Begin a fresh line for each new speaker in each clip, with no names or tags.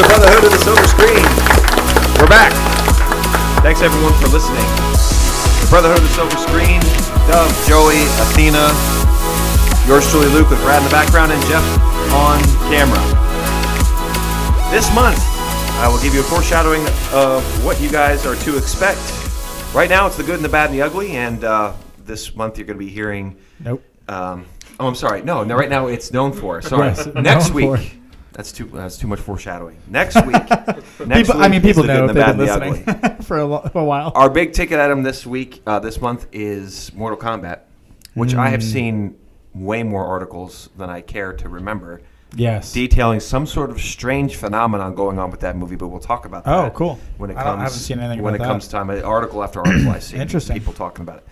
Above the Hood of the Silver Screen. We're back. Thanks everyone for listening. The Brotherhood of the Silver Screen, Dove, Joey, Athena, yours truly Luke with Brad in the background, and Jeff on camera. This month, I will give you a foreshadowing of what you guys are to expect. Right now, it's the good and the bad and the ugly, and uh, this month you're going to be hearing.
Nope.
Um, oh, I'm sorry. No, no. Right now, it's known for. Sorry.
Yes,
Next
known for.
week. That's too. That's too much foreshadowing. Next week. next
people, I mean,
is
people
the
know
good,
if
the
they've
bad,
been
and the ugly.
listening for a, lo- a while.
Our big ticket item this week, uh, this month, is Mortal Kombat, which I
Hmm.
have seen way more articles than I care to remember,
yes.
detailing some sort of strange phenomenon going on with that movie. But we'll talk about that.
Oh, cool.
When it
I
comes,
don't- I haven't seen anything
when
about
it
that.
comes time. uh, Article after article, I see
Interesting.
people talking about it.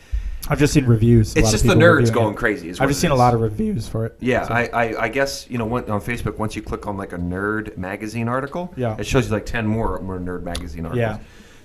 I've just seen reviews. A lot
It's
of
just the
people
nerds
reviewing
going
it.
crazy. Is
I've
what
just
it
seen a
is.
lot of reviews for it.
Yeah,
So-
I, I, I guess you know when, on Facebook once you click on like a nerd magazine article,
Yeah.
it shows you like ten more, more nerd magazine articles.
Yeah.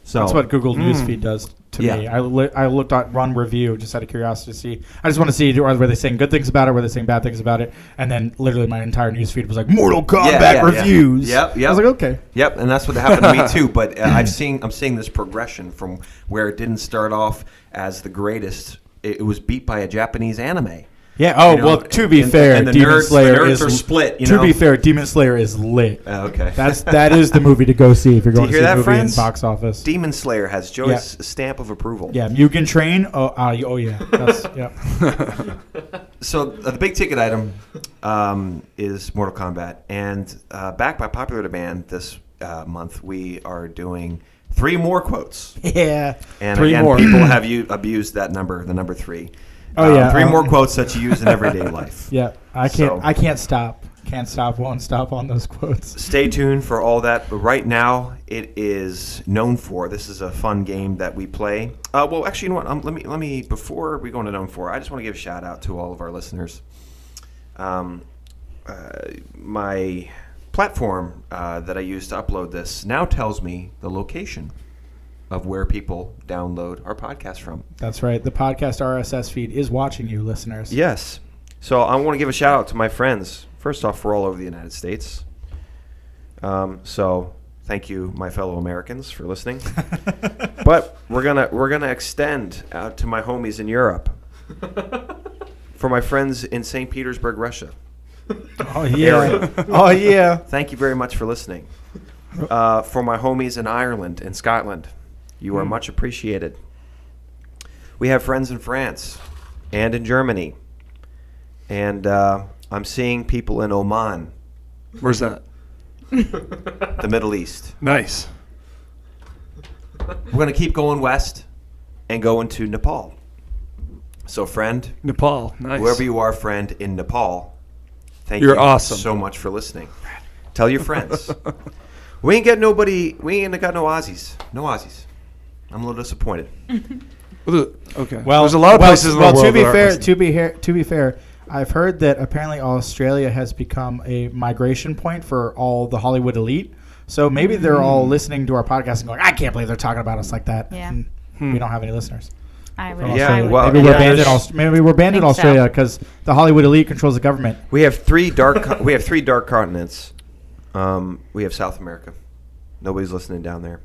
so mm.
That's what Google Newsfeed does to
Yeah.
me. I, li- I looked at one review just out of curiosity to see. I just want to see do- were they saying good things about it, were they saying bad things about it, and then literally my entire newsfeed was like Mortal Kombat
yeah, yeah.
reviews.
Yep, yep.
I was like, okay,
Yep, and that's what happened to me too. But uh, I've seen I'm seeing this progression from where it didn't start off as the greatest. It, it was beat by a Japanese anime.
yeah. Oh
You know,
well, to be
and-
fair,
and the
Demon
nerds- the
Slayer
nerds
is
are split, you
to
know?
be fair, Demon Slayer is lit.
Uh, okay,
That's that is the movie to go see if you're going
hear
to see
that,
a movie
friends?
in box office.
Demon Slayer has Joey's stamp of approval.
yeah, Mugen Train. Oh, uh, oh yeah. That's, yeah.
So uh, the big ticket item um, is Mortal Kombat, and uh, backed by popular demand this uh, month, we are doing three more quotes.
Yeah.
And
Three
again,
more.
people have you abused that number, the number three.
Oh, yeah,
three
um,
more quotes that you use in everyday life.
Yeah, I
So-
can't. I can't stop. Can't stop. Won't stop on those quotes.
Stay tuned for all that. But right now, it is known for. This is a fun game that we play. Uh, well, actually, you know what? Um, let me let me before we go into known for. I just want to give a shout out to all of our listeners. Um, uh, my platform uh, that I use to upload this now tells me the location of where people download our podcast from.
That's right. The podcast RSS feed is watching you, listeners.
Yes. So I want to give a shout out to my friends. First off, we're all over the United States. Um, so thank you, my fellow Americans, for listening. but we're gonna we're gonna extend out to my homies in Europe. for my friends in St. Petersburg, Russia.
Oh yeah. oh yeah.
Thank you very much for listening. Uh, for my homies in Ireland and Scotland, you are much appreciated. We have friends in France and in Germany. And uh, I'm seeing people in Oman,
Where's that?
the Middle East.
Nice.
We're going to keep going west and go into Nepal. So, friend,
Nepal. Nice.
whoever you are, friend, in Nepal, thank
You're
you
awesome.
so much for listening. Tell your friends. we ain't got nobody, we ain't got no Aussies. No Aussies. I'm a little disappointed.
Okay.
Well,
there's a lot of
well,
places in
well,
the world.
to be
that aren't
fair,
listening.
to be here, to be fair, I've heard that apparently Australia has become a migration point for all the Hollywood elite. So maybe they're all listening to our podcast and going, "I can't believe they're talking about us like that."
Hmm. Yeah.
And
Hmm.
We don't have any listeners.
I
from
would.
Yeah,
I
Australia.
would
well,
maybe,
think
yeah,
we're
that.
banned in
there's-
Aust- maybe we're banned in
Think so.
Australia because the Hollywood elite controls the government.
We have three dark. co- we have three dark continents. Um, we have South America. Nobody's listening down there.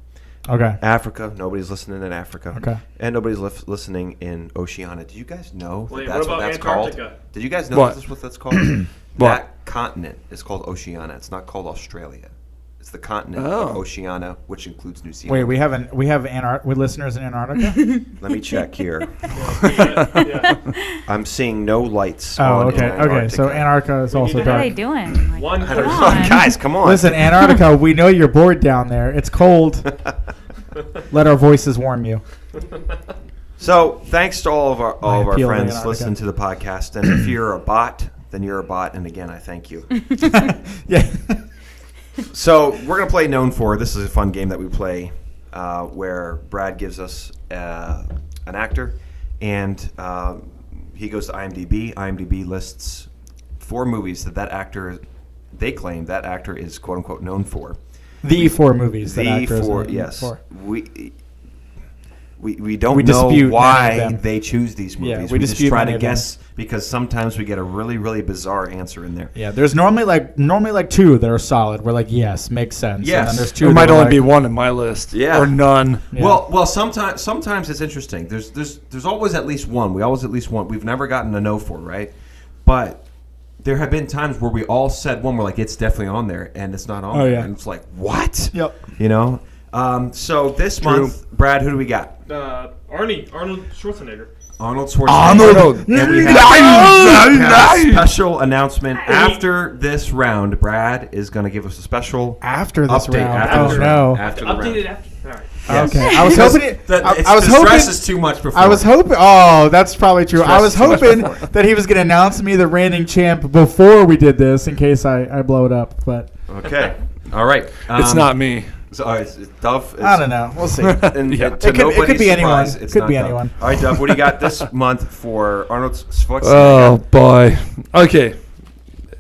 Okay.
Africa. Nobody's listening in Africa.
Okay.
And nobody's lif- listening in Oceania. Did you guys know that
Wait,
that's
what
what,
about
that's called?
Antarctica?
Did you guys know
What?
that's what that's called?
What?
That continent is called Oceania. It's not called Australia. It's the continent of
Oh.
Oceania, which includes New Zealand.
Wait, we have an, we have Antar- with listeners in Antarctica.
Let me check here.
yeah.
I'm seeing no lights.
oh,
on
okay, okay. So
Antarctica.
Antarctica is
We
also
need
What are
dark.
they doing? Like,
One
come
person.
on.
Guys, come on.
Listen, Antarctica, we know you're bored down there. It's cold. Let our voices warm you.
So thanks to all of our all
My
of our
appeal to
friends
Antarctica.
listening to the podcast, and if you're a bot, then you're a bot, and again I thank you.
Yeah.
so we're gonna play known for. This is a fun game that we play, uh, where Brad gives us uh, an actor, and uh, he goes to IMDb. IMDb lists four movies that that actor they claim that actor is quote unquote known for.
the E Uh, four movies that
The E
actors
four,
are in
yes,
for.
we. we, we don't
We
know
dispute none of
why
them.
they choose these
Yeah,
movies.
we
we just
dispute
try
none
to
of them.
guess because sometimes we get a really really bizarre answer in there.
Yeah, there's normally like normally like two that are solid. We're like, yes, makes sense. And
Yes.
then there's two. that
There might
we're
only
like-
be one in my list.
Yeah.
Or none.
Yeah.
Well, well, sometimes sometimes it's interesting. There's there's there's always at least one. We always at least one. We've never gotten a no for right, but there have been times where we all said one. We're like, it's definitely on there, and it's not on.
Oh,
there.
yeah.
and it's like what?
Yep.
You know. Um, so this
True.
month, Brad, who do we got?
Uh, Arnie, Arnold Schwarzenegger.
Arnold Schwarzenegger.
Arnold.
And we have, we have a special announcement after this round. Brad is going to give us a special
after this
update
round.
after
oh
this
no.
round. After the round.
Updated after. All right.
Yes.
Okay, I was
Because
hoping. It,
the-
I,
it's-
I was
the stress
hoping.
is too much before.
I was hoping. Oh, that's probably true. I
Stress
was
is too much
hoping
before.
that he was going to announce me the reigning champ before we did this, in case I, I blow it up. But
Okay. All right.
it's
Um,
not me.
So, all right, it's, it's Dove. It's,
I don't know. We'll see.
And
Yeah.
to
It
could- it could
nobody's
be anyone.
surprise, it's
Could
not
be
Dove.
anyone.
All right, Dove. What do you got this month for Arnold Schwarzenegger?
Oh boy. Okay.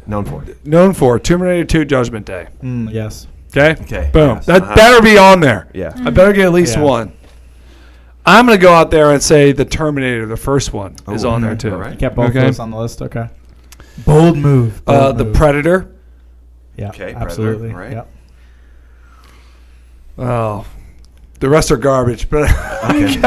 known for.
Known for Terminator 2 Judgment Day.
Mm, yes.
Okay.
Okay,
Boom.
yes,
That
uh-huh.
better be on there.
Yeah.
Mm.
I better get at least
Yeah.
one. I'm gonna go out there and say the Terminator, the first one, is
Oh,
on there too.
all right.
You kept both
Okay.
of those on the list. Okay. Bold move.
Uh,
bold
the
move.
Predator.
Yeah.
Okay, Predator,
Absolutely.
right.
Yep.
Oh, the rest are garbage. But
Okay.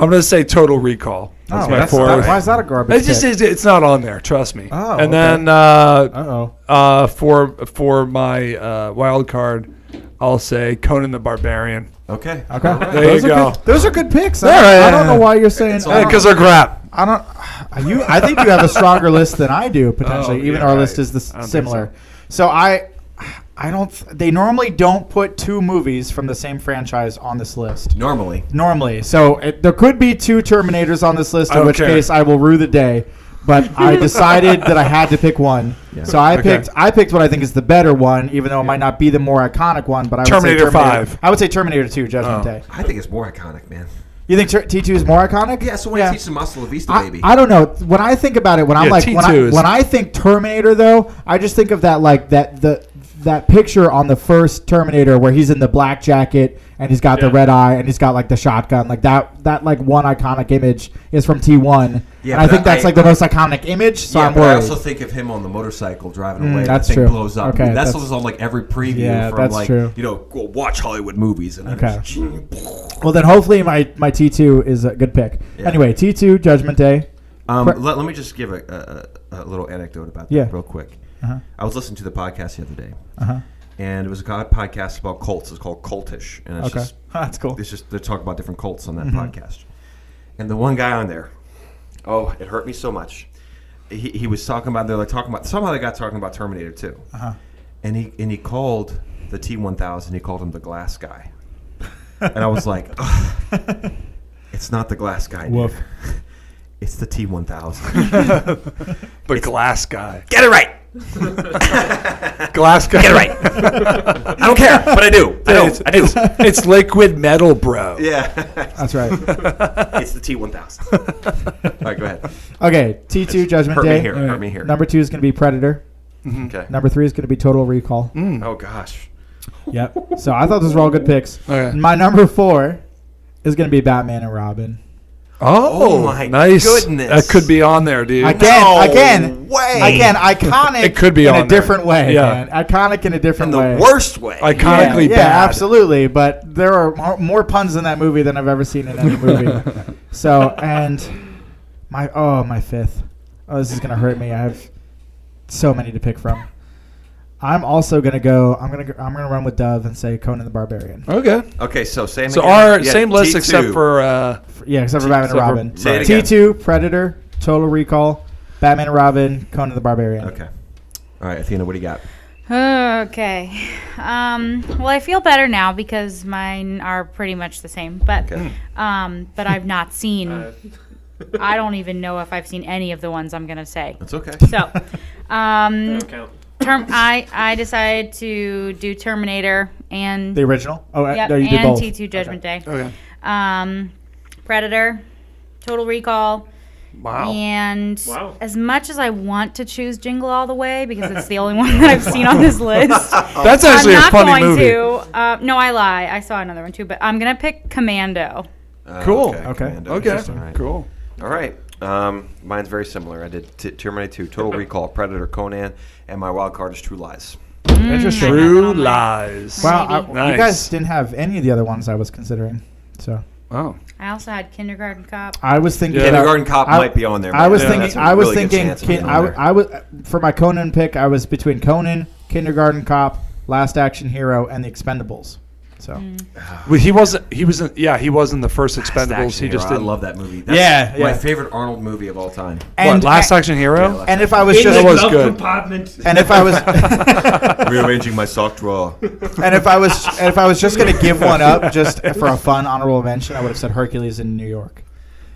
I'm gonna say Total Recall. That's
Oh,
my
that's
fourth.
that- why is that a garbage?
It just is. It's not on there. Trust me.
Oh,
and
okay.
then uh,
Uh oh.
uh, for for my uh, wild card, I'll say Conan the Barbarian.
Okay.
Okay.
All right.
There you
those are
go.
Good, those are good picks. I,
All right.
I don't know why you're saying.
It's all-
I,
Because Uh, they're crap.
I don't. You. I think you have a stronger list than I do. Potentially,
Oh,
even
yeah,
our
I-
list is the s-
I don't think
similar. So. I, I don't. th- They normally don't put two movies from the same franchise on this list.
Normally.
Normally, so it, there could be two Terminators on this list.
I
In
don't
which
care.
case, I will rue the day. But I decided that I had to pick one. So I
Okay.
picked. I picked what I think is the better one, even though it might not be the more iconic one. But I
Terminator
would say Terminator
five.
I would say Terminator Two: Judgment
Oh.
Day.
I think it's more iconic, man.
You think T two is more iconic?
Yeah, so when yeah. he teaches Muscle La Vista,
I,
baby.
I don't know. When I think about it, when I'm
Yeah,
like when I,
T2 is-
when I think Terminator though, I just think of that like that the that picture on the first Terminator where he's in the black jacket and he's got the
Yeah.
red eye and he's got like the shotgun like that that like one iconic image is from T1.
Yeah,
and I
but
think
I-
that's like the most iconic image. So
yeah,
I'm
but I
worried.
also think of him on the motorcycle driving away.
Mm, that's
that thing
true.
blows up.
Okay,
that's,
that's-
what's on like every preview
Yeah,
from
that's
like
true.
you know, go watch Hollywood movies and then
Okay. Mm-hmm.
it's-
well, then hopefully my my T2 is a good pick.
Yeah.
Anyway, T2 Judgment Day.
Um,
Cor-
let, let me just give a, a, a little anecdote about that
Yeah.
real quick.
Uh-huh.
I was listening to the podcast the other day,
Uh-huh.
and it was a co- podcast about cults. It's called Cultish, and it's
Okay.
just
Mm-hmm. that's cool.
it's just they talk about different cults on that podcast. And the one guy on there, oh, it hurt me so much. He, he was talking about they're like talking about somehow they got talking about Terminator 2
Uh-huh.
and he and he called the T one thousand. He called him the glass guy, and I was like, "Ugh, it's not the glass guy. dude.
Woof.
It's the T one thousand.
The Glass Guy.
Get it right.
Glass Guy.
Get it right. I don't care, but I do. I do. I do.
It's liquid metal, bro.
Yeah,
That's right.
it's the T one thousand. All right, go ahead.
Okay, T2 Judgment
Hurt
Day.
me here. Hurt me here.
Number two is going to be Predator.
Okay.
Number three is going to be Total Recall.
Hmm.
Oh gosh.
Yep. So I thought those were all good picks.
Okay.
My number four is going to be Batman and Robin.
Oh,
Oh my
nice.
goodness.
That could be on there, dude.
Again,
No
again,
way.
again, iconic.
It could be
in a
on there.
different way.
Yeah.
man. iconic in a
In
different
the
way.
worst way.
Like-
Yeah,
Iconically
yeah,
bad.
absolutely. But there are mo- more puns in that movie than I've ever seen in any movie. so and my oh my fifth. Oh, this is gonna hurt me. I have so many to pick from. I'm also gonna go. I'm gonna. Go, I'm gonna run with Dove and say Conan the Barbarian.
okay.
okay, so same.
So
again.
our
Yeah,
same list
T2.
except for uh,
Yeah, except for Batman and
except for-
Robin.
Say it again.
T2, Predator, Total Recall, Batman and Robin, Conan the Barbarian.
Okay. All right, Athena, what do you got?
Okay. Um, well, I feel better now because mine are pretty much the same. But
Okay.
um, but I've not seen.
Uh,
I don't even know if I've seen any of the ones I'm gonna say.
That's okay.
So, um,
don't count.
term I I decided to do Terminator and
The original? Oh, uh,
yep,
no, you did
and
both.
T2 Judgment Day.
okay.
Um, Predator, Total Recall.
Wow.
And
Wow.
as much as I want to choose Jingle All the Way because it's the only one that I've seen on this list,
That's actually a
I'm not
funny
going
movie.
to. Uh, no, I lie. I saw another one too, but I'm gonna pick Commando.
Uh,
Cool.
Okay.
Commando,
Okay.
interesting, right.
Cool.
All right. Um, mine's very similar. I did t- Terminator 2, Total Recall, Predator, Conan, and my wild card is True Lies.
Mm-hmm.
Interesting.
True lies.
Wow, I,
Maybe.
you
Nice.
guys didn't have any of the other ones I was considering. So
Wow.
I also had kindergarten cop.
I was thinking
Yeah.
about-
Kindergarten Cop
I-
might be on there.
I
man.
was
Yeah, that's
thinking.
a
I was
really good
thinking.
chance of
Kin-
being
I,
on there.
I was for my Conan pick. I was between Conan, Kindergarten Cop, Last Action Hero, and The Expendables. So
Well, he wasn't. He wasn't. Yeah, he wasn't the first
Last Action
Expendables. He just
Hero.
didn't
I love that movie. That's
Yeah,
my
yeah.
favorite Arnold movie of all time.
What,
and
Last Action Hero?
Yeah, Last
and if I was
In
just
the
That was
glove
good.
compartment.
and if I was
Rearranging my sock drawer.
and if I was and if I was just gonna give one up just for a fun honorable mention, I would have said Hercules in New York.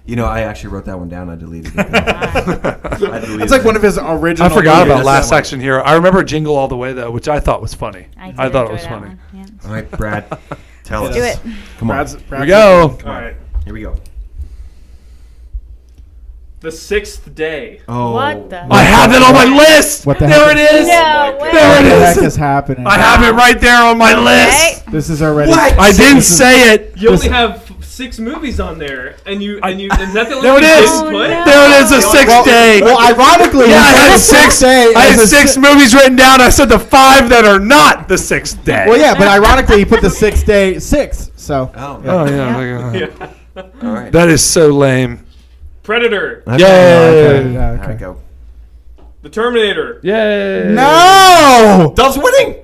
You know, I actually wrote that one down. I deleted it. I deleted
That's like
it.
one of his original.
I forgot
yeah,
about
that's
Last
that one.
Action Hero. I remember Jingle All the Way though, which I thought was funny.
I, did
thought it
enjoy
was
that
funny.
one, yeah.
All right, Brad, tell us.
Do it.
Come on.
Brad's-
Here
Brad's-
we go.
All right.
Here we go.
The sixth day.
Oh,
What the-
I have it on my list.
What the
there
heck?
it is.
No
way.
What
There
the
it
heck
is.
is happening?
I have it right there on my list.
Right?
This is already.
What?
I didn't say it.
You only
Listen.
have six movies on there, and you and you and that the only
There it
one you
is.
didn't put?
no.
There it is. A
Well,
sixth day.
Oh, Well, ironically,
yeah, I had six.
Day
I had
is a
six movies written down. I said the five that are not the sixth day.
Well, yeah, but ironically, he put the six day six. So
Oh,
Oh
no.
yeah.
Yeah.
All right.
That is so lame.
Predator,
Okay.
Yay.
Okay, yeah,
All
okay.
right, go.
The Terminator,
Yay.
no,
Dove's winning.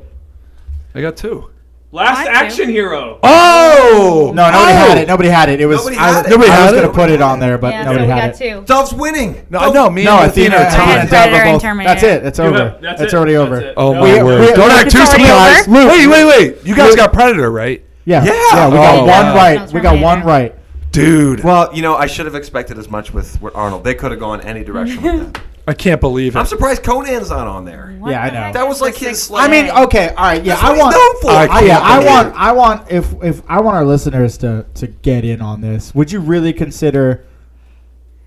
I got two.
Last
I do.
Action Hero.
Oh.
no, nobody
Oh!
had it. Nobody had it. It was
Nobody
I,
had it.
Nobody
I
had
was
it?
gonna put it on there, but
Yeah,
nobody
so we
had
got
it.
two.
Dove's winning.
No, Oh. no, me
No,
and
Athena,
Athena are
Athena
tied.
and
Predator
Dove are
and
both-
Terminator.
That's it. It's
You
over.
have- that's
it's
it.
already
That's
over.
it.
Oh
No.
my
We-
word!
we-
Don't
we-
act
it's
too
already
surprised.
over?
Wait, wait, wait! You guys got Predator right,
Yeah,
Yeah.
yeah, we got
Oh,
one
wow.
right. We got one
Terminator.
right.
dude.
Well, Uh, you know, I should have expected as much with, with Arnold. They could have gone any direction with that.
I can't believe it.
I'm surprised Conan's not on there.
What
Yeah, I
the
know.
heck
That
is
was
the
like his-
sixth
I
I mean,
day?
okay, all right, yeah.
That's
I
what he's
want.
known for.
I,
I
yeah, I
can't
want. I want. If if I want our listeners to to get in on this, would you really consider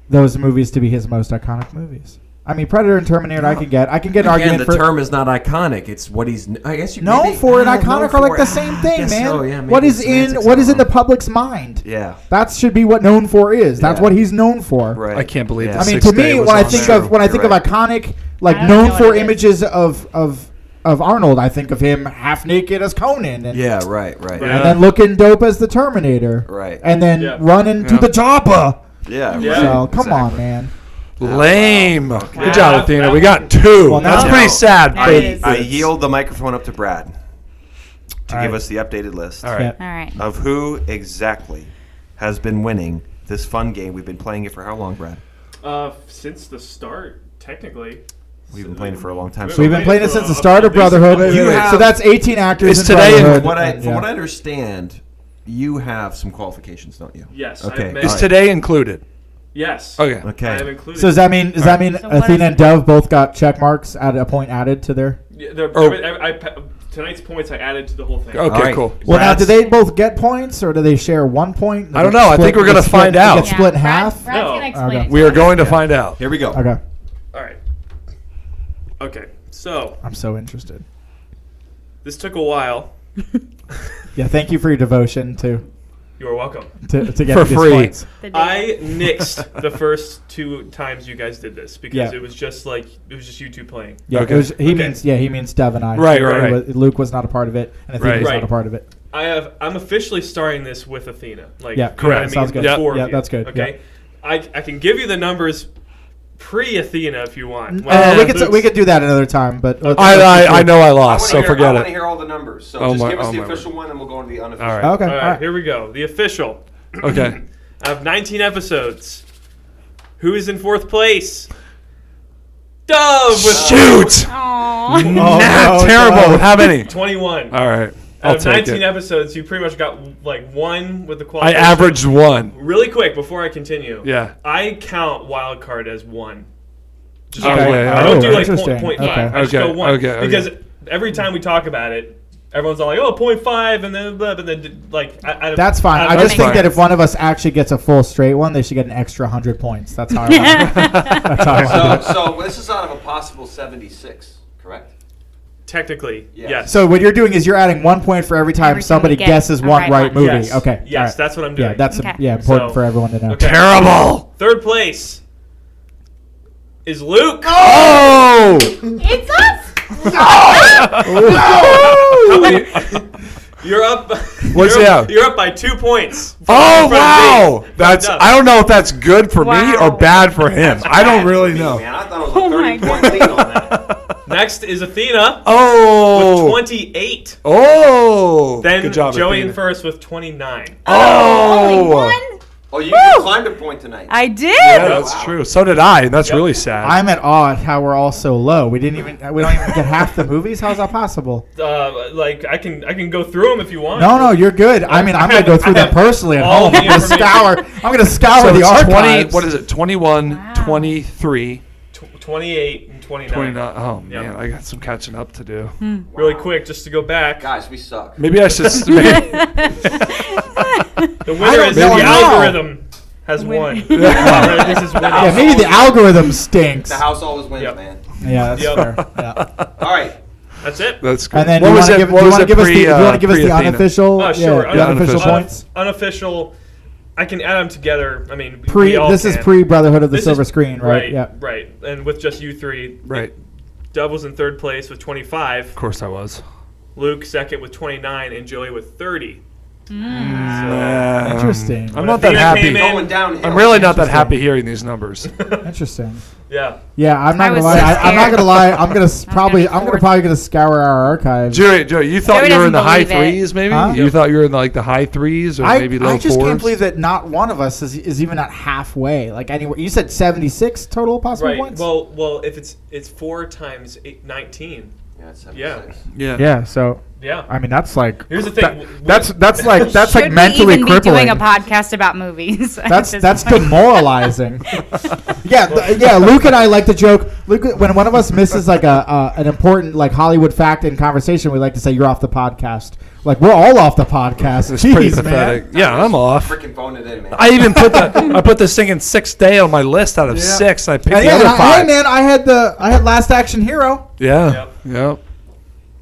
those movies to be his most iconic movies? I mean, Predator and Terminator, I can get. I can get an
Again,
argument
the
for
term is not iconic. It's what he's. kn- I guess you
known
maybe-
for and
I don't know
iconic are like
for
the
it.
same
I
thing,
guess
man.
so, yeah, maybe
what is
the
in
semantics
what
are
is in the
wrong.
public's mind?
Yeah.
That should be what known for is. That's
Yeah.
what he's known for.
Right.
I can't believe
Yeah.
I
this.
mean,
Six
to
Day
me,
was
when I
on
think
there.
of when I think
You're
of iconic,
I
like
don't
known
know
for
what it is.
images of of of Arnold, I think of him half naked as Conan, and,
Yeah. Right. Right.
Yeah.
and then looking dope as the Terminator,
Right.
and then
Yeah.
running to
Yeah.
the chopper.
Yeah.
Yeah.
right.
So come on,
Exactly.
man.
lame.
Wow.
Good job, Athena. We got two.
Well,
That's
now-
pretty sad.
That
I,
is-
I yield the microphone up to Brad to
All
give
right.
us the updated list
All right.
All right.
of who exactly has been winning this fun game. We've been playing it for how long, Brad?
Uh, since the start, technically.
We've been playing it for a long time.
We've
So
We've been playing it since the start of
Wait, wait,
Brotherhood,
wait,
wait, wait.
so that's 18 actors.
It's
in
today and
Brotherhood.
what I, from
Yeah.
what I understand, you have some qualifications, don't you?
Yes, I've
Okay.
met-
all
Is
right.
today included?
Yes.
Okay.
Okay.
I have included.
so does that mean does that mean
So what
Athena
is-
and Dove both got check marks at a point added to their?
Yeah, they're-
Oh.
I- I- I- tonight's points I added to the whole thing.
Okay,
All right.
cool.
Well, now
Brad's-
do they both get points, or do they share one point?
I don't know. I think we're gonna
They split-
find
they
out.
Get
Yeah.
split in
Brad-
half.
Brad's
No.
gonna explain
Okay.
it.
We are going to find out.
Here we go.
Okay,
All right. All right. So
I'm so interested.
this took a while.
Yeah, thank you for your devotion to
You are welcome.
to, to get
For
these
free.
points.
The day.
I nixed the first two times you guys did this because
Yeah.
it was just like it was just you two playing.
Yeah, it
Okay.
was- he
Okay.
means yeah, he means Dove and I.
right,
Right,
He
right.
was- Luke was not a part of it, and Athena
Right.
was
Right.
not a part of it.
I have. I'm officially starting this with Athena. Like,
Yeah,
you know
correct.
what I mean?
Sounds good.
The
Yeah.
four of
Yeah,
you.
that's good.
Okay. I, I can give you the numbers pre-Athena if you want.
Uh, we could
Luke's-
we could do that another time, but let's-
I,
let's-
I, I know I
I
lost, Ah, so
wanna hear- I
forget
want to
it.
hear all the numbers. So
Oh
just
my-
give us
oh
the
my
official one, and we'll go into the unofficial.
All right.
Okay,
All right,
all right.
here we go. The official.
Okay.
I have 19 episodes. Who is in fourth place? Dove with
Shoot!
Aw.
Oh,
nah,
no,
terrible.
no.
How many?
21.
All right.
Out
I'll
of
take
19
it.
episodes, you pretty much got like one with the
I
qualification.
averaged one.
Really quick before I continue.
Yeah.
I count wild card as one. Just
Okay,
one. I don't
oh,
do like
interesting.
point, point five.
Okay.
I just
Okay,
go one
okay, okay.
because every time we talk about it, everyone's all like, "Oh, point five, and then blah, but then like I, I,
That's fine. I
don't
just
think-
think that if one of us actually gets a full straight one, they should get an extra hundred points. That's how. I want it. That's how I want it.
So, so this is out of a possible 76, correct?
Technically,
Yes.
yes.
So what you're doing is you're adding one point for every time
Every time
somebody
you get
guesses
a
one
right
right
one.
movie.
Yes.
Okay.
Yes,
all right.
that's what I'm
yeah,
doing.
that's
Okay.
yeah important
So-
for everyone to know.
Okay.
Terrible.
Third place is Luke.
Oh.
It's us.
How many-
You're up.
What's
you're up,
that?
You're up by two points.
Oh
From
wow.
me. From
That's.
Doug.
I don't know if that's good for me or
Wow.
bad for him. I don't really know.
Man, I thought it was
Oh
a
my
30 point lead on that.
Next is Athena
Oh.
with 28.
Oh.
Then
good job,
Joey in
Athena.
first with 29.
Only
Oh.
one.
Oh, you
Woo!
climbed a point tonight.
I did.
Yeah, that's true. So did I. and That's
Yep.
really sad.
I'm at awe at how we're all so low. We didn't even we don't even get half the movies. How's that possible?
Uh, like I can I can go through them if you want.
No, no, you're good. I mean, I'm gonna go through that personally at
All
home.
the
I'm gonna
information.
scour. I'm gonna scour
so
the
it's 20,
archives.
what is it? 21,
Wow.
23,
Tw- 28 and 29.
29. Oh,
Yep.
man. I got some catching up to do.
Hmm.
Really quick, just to go back.
Guys, we suck.
Maybe I should. s- Maybe,
The
I
winner
don't
is the
know how.
algorithm has won.
Yeah.
this is winning.
Yeah, maybe the algorithm stinks.
The house always wins,
Yep.
man.
Yeah, that's
Yep.
fair. Yeah.
All right.
That's it.
that's good.
And then you want to give, you wanna give us the, you wanna give us the
uh, pre-Athena?
unofficial,
Oh, sure.
yeah, the unofficial,
Unofficial.
points.
Unofficial. I can add them together. I mean, we- we
Pre,
all
this is
can.
pre Brotherhood of the
This is-
Silver Screen, right?
Right.
Yeah.
Right. And with just you three,
Right.
Dove was in third place with 25.
Of course I was.
Luke second with 29, and Joey with 30.
Mm. Interesting.
I'm not
Athena
that happy.
came in-
Going downhill.
I'm really not that
Interesting.
happy hearing these numbers.
Interesting.
Yeah.
Yeah, I'm not
I
gonna
was
lie.
so
I, I'm not
scared.
gonna lie. I'm gonna s-
I'm
probably,
gonna
I'm gonna
forward-
probably gonna scour our archives.
Joey, Joey, you thought
Joey
you were in the
doesn't
high
believe it.
threes, maybe?
Huh?
You thought you were in like the high threes or
I,
maybe low
I just
fours?
can't believe that not one of us is, is even at halfway. Like anywhere, you said 76 total possible
Right.
points.
Well, well, if it's it's four times eight, 19.
Yeah, it's seven
Yeah.
six.
Yeah.
yeah. So
Yeah.
I mean, that's like
Here's the thing.
that-
W-
that's that's like that's like
Should
mentally
we even
crippling.
be doing a podcast about movies? at
That's
this
that's
point?
demoralizing. yeah, th- yeah. Luke and I like to joke. Luke, when one of us misses like a uh, an important like Hollywood fact in conversation, we like to say you're off the podcast. Like we're all off the podcast.
It's
Jeez,
pretty
man.
pathetic. Yeah, I'm off.
Freaking phone it in, man.
I even put the I put this thing in sixth day on my list out of
Yeah.
six. And I picked
And
the
yeah,
other
and I- hey
five.
man, I had the I had Last Action Hero.
Yeah. Yeah.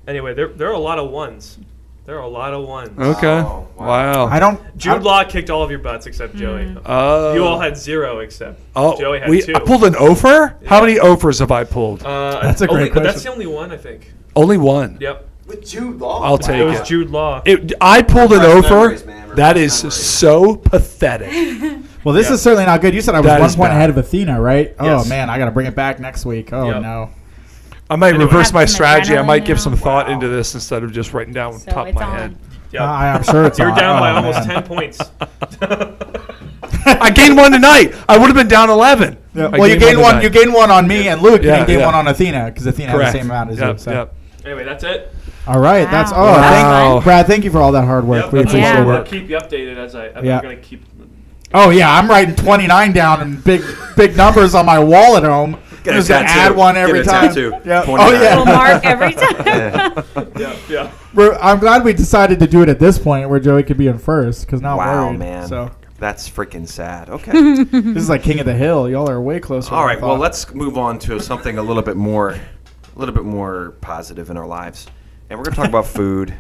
Anyway, there, there are a lot of ones. There are a lot of ones.
Okay.
Oh, wow.
wow.
I don't.
Jude Law kicked all of your butts except Joey.
Oh.
you all had zero except
Oh,
Joey had
we,
two.
I pulled an offer. How many offers have I pulled?
uh,
That's a great
only- but That's
question.
the only one I think.
Only one.
Yep.
With Jude Law.
I'll take
It was
it.
Jude Law.
It, I pulled an
Repressed
offer.
memories, man.
That
Repressed
is
memories.
so pathetic.
Well, this
Yeah.
is certainly not good. You said I was
That
one
is
point
bad.
ahead of Athena, right?
Yes.
Oh man, I got to bring it back next week. Oh
Yep.
no.
I might
Anyway.
reverse
Have
my
some
strategy. I
adrenaline
might give
now.
some thought
Wow.
into this instead of just writing down
So
top of
it's
my
on.
head.
Yep.
Uh, I, am sure it's
You're
on.
down by
Oh,
almost
man.
10 points.
I gained one tonight. I would have been down eleven.
Yeah,
I
Well, you gained one.
tonight.
You gained one on me and Luke.
Yeah,
and you gained
yeah.
one on Athena because Athena had
Correct.
the same amount as you.
yep,
So.
yep.
anyway, that's it.
All right,
Wow.
that's oh,
Wow.
thank, Brad, thank you for all that hard work.
Yep,
we
that's
appreciate
all.
it.
I'll
work.
keep you updated as I, I'm
Yeah.
going to keep.
Oh yeah, I'm writing 29 down in big big numbers on my wall at home.
Get
I'm
a
just gonna
tattoo.
add one
Get
every
a
time.
tattoo.
Yeah. Oh
29.
Little
yeah.
mark every time.
Yeah.
Yeah. Yeah.
We're, I'm glad we decided to do it at this point where Joey could be in first because now I'm
Wow,
worried.
man.
So
That's freaking sad. Okay.
this is like King of the Hill. Y'all are way closer.
All
than I
right. Well,
thought.
let's move on to something a little bit more, a little bit more positive in our lives, and we're gonna talk about food.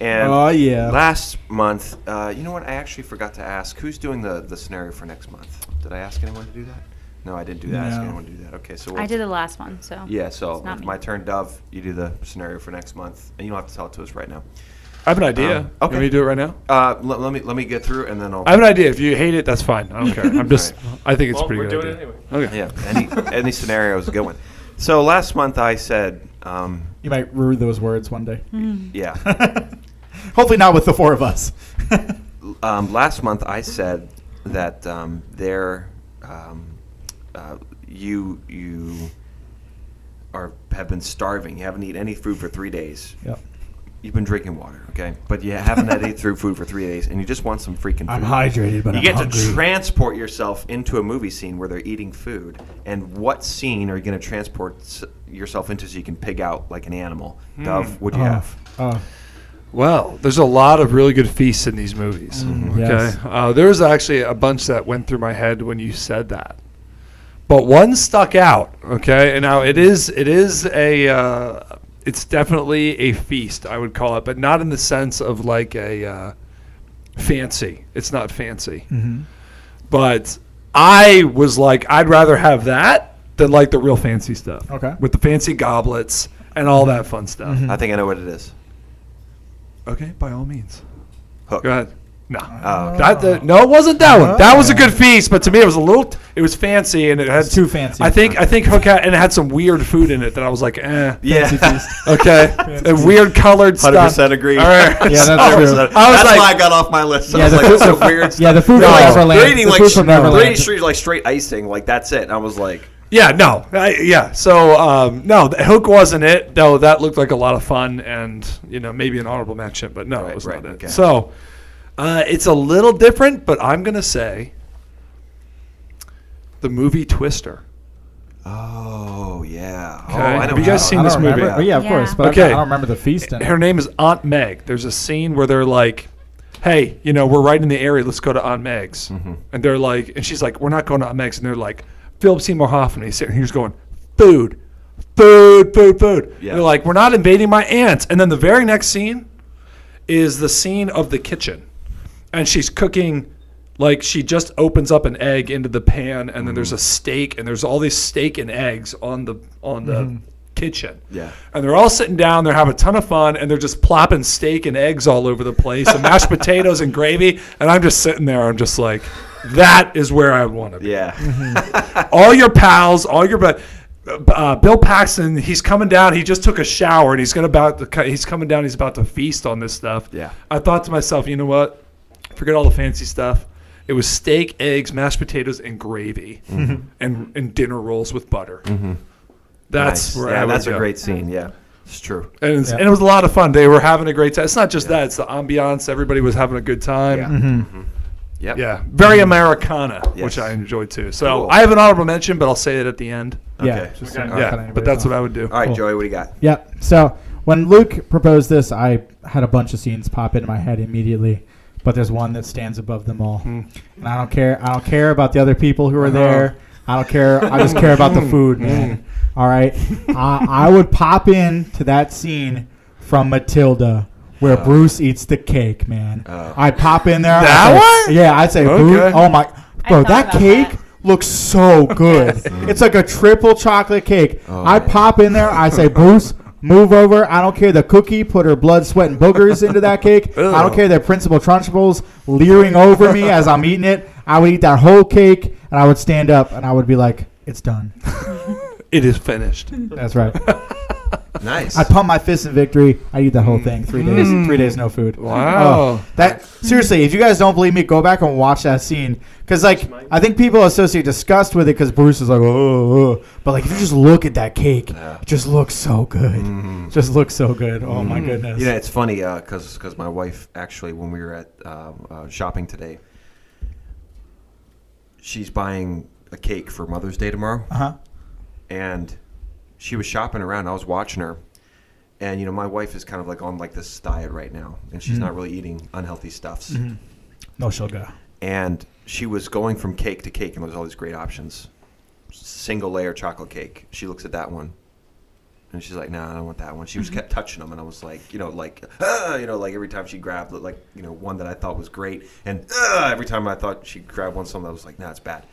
And
Oh, yeah.
Last month, uh, you know what? I actually forgot to ask who's doing the the scenario for next month. Did I ask anyone to do that? No, I didn't do that. Ask
No.
anyone to do that. Okay. So we'll
I did the last one, so
Yeah, so
It's not me.
my turn, Dove. You do the scenario for next month, and you don't have to tell it to us right now.
I have an
Uh-huh.
Um,
idea. okay.
okay.
Can we do it right now?
Uh, l- let me let me get through, and then I'll.
I have an idea. If you hate it, that's fine. I don't care. I'm just. I think it's
Well,
a pretty
we're
good.
doing
idea.
it
Okay.
yeah, any any scenario is a good one. So last month I said, um,
you might rue those words one day.
yeah.
Hopefully not with the four of us.
um, last month I said that um, there, um, uh, you you are have been starving. You haven't eaten any food for three days.
yep.
You've been drinking water, okay, but you haven't had any through food for three days, and you just want some freaking. Food.
I'm hydrated, but
You
I'm
get
hungry.
to transport yourself into a movie scene where they're eating food. And what scene are you going to transport s- yourself into so you can pig out like an animal?
Hmm.
Dove, what do you have?
Uh,
Oh,
Well, there's a lot of really good feasts in these movies. okay,
Mm-hmm. yes.
uh, there was actually a bunch that went through my head when you said that, but one stuck out. Okay, and now it is it is a uh, it's definitely a feast. I would call it, but not in the sense of like a uh, fancy. It's not fancy,
Mm-hmm.
but I was like, I'd rather have that than like the real fancy stuff.
Okay. Mm-hmm.
with the fancy goblets and all that fun stuff.
I think I know what it is.
Okay, by all means,
Hook.
go ahead. No,
Oh, okay.
that, that- no, it wasn't that one. That was a good feast, but to me, it was a little. It was fancy, and it had
It's too fancy.
I think I think Hook had, and it had some weird food in it that I was like, eh.
yeah.
Okay, and weird colored stuff.
100% agree.
All right.
Yeah, that's
So-
true.
That's
I was
why
like,
I got off my list. I
Yeah,
was
the
like,
food-
that's a weird
yeah, the food
No,
from
like,
Neverland.
They're eating
The
like,
food from
they're
Neverland.
eating straight- like straight icing. Like that's it. And I was like,
yeah, no, I, yeah. So um, no, the Hook wasn't it. Though that looked like a lot of fun, and you know maybe an honorable mention, but no,
Right,
it was
right,
not it.
okay.
So uh, it's a little different, but I'm gonna say the movie Twister.
oh yeah. Oh,
Okay.
I know
Have you guys
how-
seen
I
this
don't
movie?
remember. Oh, Yeah, of
Yeah.
course. But I-
Okay.
I don't remember the feast. in it.
her name is Aunt Meg. There's a scene where they're like, "Hey, you know, we're right in the area. Let's go to Aunt Meg's." And they're like, and she's like, "We're not going to Aunt Meg's." And they're like, "Philip Seymour Hoffman." He's sitting here, he's going, "Food, food, food, food."
Yeah.
They're like, "We're not invading my aunt." And then the very next scene is the scene of the kitchen, and she's cooking. Like she just opens up an egg into the pan, and then there's
Mm-hmm.
a steak, and there's all these steak and eggs on the on the kitchen.
Mm-hmm. Yeah.
And they're all sitting down, they're having a ton of fun, and they're just plopping steak and eggs all over the place and mashed potatoes and gravy. And I'm just sitting there, I'm just like, that is where I want to be.
Yeah.
All your pals, all your. bu- Uh, Bill Paxton, he's coming down. He just took a shower and he's gonna about to, co- he's coming down. He's about to feast on this stuff.
Yeah.
I thought to myself, you know what? Forget all the fancy stuff. It was steak, eggs, mashed potatoes, and gravy,
Mm-hmm.
and and dinner rolls with butter. That's
Nice.
where I
yeah,
would
that's a
go.
great scene. Yeah, it's true.
and, it's,
Yeah.
and it was a lot of fun. They were having a great time. It's not just that; it's the ambiance. Everybody was having a good time.
Yeah.
Yeah,
Yep.
very Americana,
Yes.
which I enjoyed too. So
Cool.
I have an honorable mention, but I'll say it at the end.
Okay.
Yeah. just so
Okay.
not
I'll
yeah,
cut
but
anybody
that's
off.
what I would do.
All right,
Cool.
Joey, what do you got?
Yeah. So when Luke proposed this, I had a bunch of scenes pop into my head immediately, but there's one that stands above them all,
Hmm.
and I don't care. I don't care about the other people who are
Uh-huh.
there. I don't care. I just care about the
Hmm.
food, man. All right. I, I would pop in to that scene from Matilda. Where
Uh.
Bruce eats the cake, man.
Oh.
I pop in there. I'd
That
say-
one?
Yeah, I'd say, Bruce,
Okay.
oh my,
I
bro,
thought
that
about
cake
that.
looks so good.
Mm.
It's like a triple chocolate cake.
Oh,
I
man.
pop in there. I say, Bruce, move over. I don't care the cookie. Put her blood, sweat, and boogers into that cake. I
Ew.
don't care that Principal Trunchbull's leering over me as I'm eating it. I would eat that whole cake, and I would stand up, and I would be like, it's done.
It is finished.
That's right.
Nice.
I'd pump my fist in victory. I eat the
Mm.
whole thing. Three days. Three days, no food. Oh,
Wow.
That seriously, if you guys don't believe me, go back and watch that scene because, like, I think people associate disgust with it because Bruce is like, oh, oh," but like if you just look at that cake, it just looks so good,
Mm-hmm.
just looks so good. Oh my goodness,
You know, it's funny because because my wife actually, when we were at um, uh, shopping today, she's buying a cake for Mother's Day tomorrow,
uh huh,
and she was shopping around. I was watching her, and you know, my wife is kind of like on like this diet right now, and she's not really eating unhealthy stuffs.
no sugar.
And she was going from cake to cake, and there's all these great options. Single layer chocolate cake. She looks at that one. And she's like, "No, I don't want that one." She was kept touching them, and I was like, you know, like, "Ah," you know, like every time she grabbed, like, you know, one that I thought was great, and "Ah," every time I thought she grabbed one, something that was like, "No, it's bad,"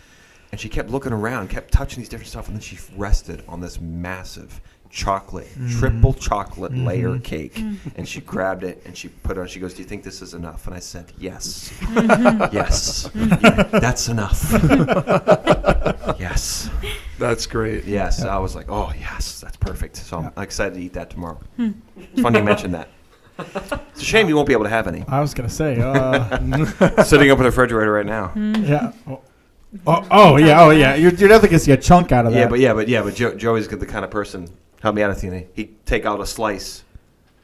and she kept looking around, kept touching these different stuff, and then she rested on this massive chocolate, triple chocolate layer cake, and she grabbed it and she put it on. She goes, "Do you think this is enough?" And I said, "Yes, yes, Yeah, that's enough." yes,
That's great.
yes. I was like, "Oh, yes, that's perfect." So I'm excited to eat that tomorrow.
Hmm.
It's funny you mentioned that. It's a shame you won't be able to have any.
I was gonna say, uh,
Sitting up in the refrigerator right now.
Hmm.
yeah. Oh, oh, oh, yeah, oh yeah. You're, you're definitely gonna see a chunk out of that.
Yeah, but yeah, but yeah, but Joe, Joey's the kind of person. Help me out, Athena. He take out a slice,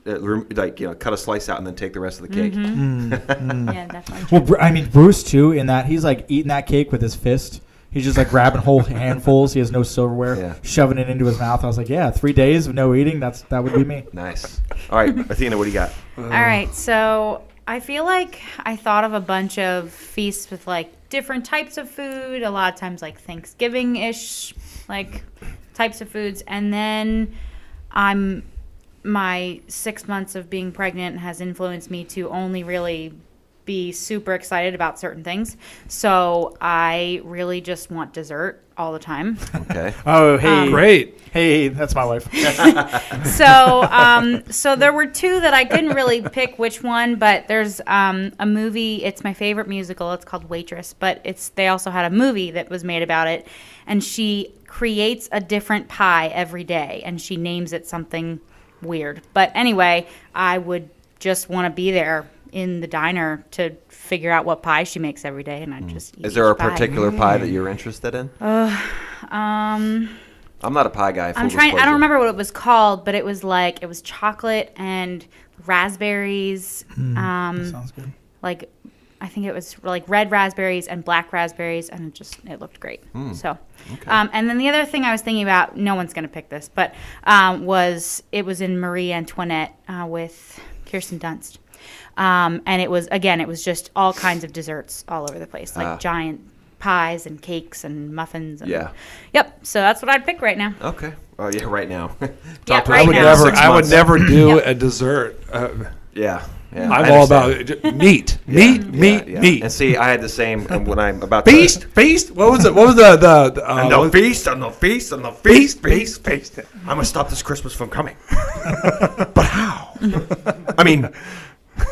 uh, rem- like you know, cut a slice out and then take the rest of the cake.
Mm-hmm. yeah, definitely.
Well, Bru- I mean, Bruce too. In that he's like eating that cake with his fist. He's just like grabbing whole handfuls. He has no silverware,
Yeah.
shoving it into his mouth. I was like, yeah, three days of no eating. That's that would be me.
Nice. All right, Athena, what do you got?
All right, so I feel like I thought of a bunch of feasts with like different types of food, a lot of times like Thanksgiving ish, like types of foods, and then I'm my six months of being pregnant has influenced me to only really be super excited about certain things. So I really just want dessert all the time.
Okay.
Oh, hey,
Great.
hey, that's my wife.
so um, so there were two that I couldn't really pick which one, but there's um, a movie. It's my favorite musical. It's called Waitress, but it's they also had a movie that was made about it, and she creates a different pie every day, and she names it something weird. But anyway, I would just want to be there in the diner to figure out what pie she makes every day, and I just eat
Hmm. Is there a
each pie.
particular pie that you're interested in?
Um,
I'm not a pie guy. full
I'm trying. I
disclosure.
don't remember what it was called, but it was like it was chocolate and raspberries.
Hmm,
Um,
Sounds good.
like I think it was like red raspberries and black raspberries, and it just it looked great.
Hmm,
So, um, and then the other thing I was thinking about, no one's gonna pick this, but um, was it was in Marie Antoinette uh, with Kirsten Dunst. Um, and it was again, it was just all kinds of desserts all over the place, like
Ah.
giant pies and cakes and muffins. And,
Yeah.
Yep. So that's what I'd pick right now.
Okay. Oh yeah, right now. Top
Yeah,
person
I
right
would
in
now.
never.
six
I would
months.
never do a dessert. Uh,
Yeah. yeah I
I'm all
understand.
about it. meat,
Yeah,
meat, meat,
yeah, yeah.
meat.
And see, I had the same and when I'm about to-
Feast, feast. What was it? What was the the, the uh,
And the
what-
feast, and the feast, and the feast, feast, feast. I'm gonna stop this Christmas from coming. but how? I mean,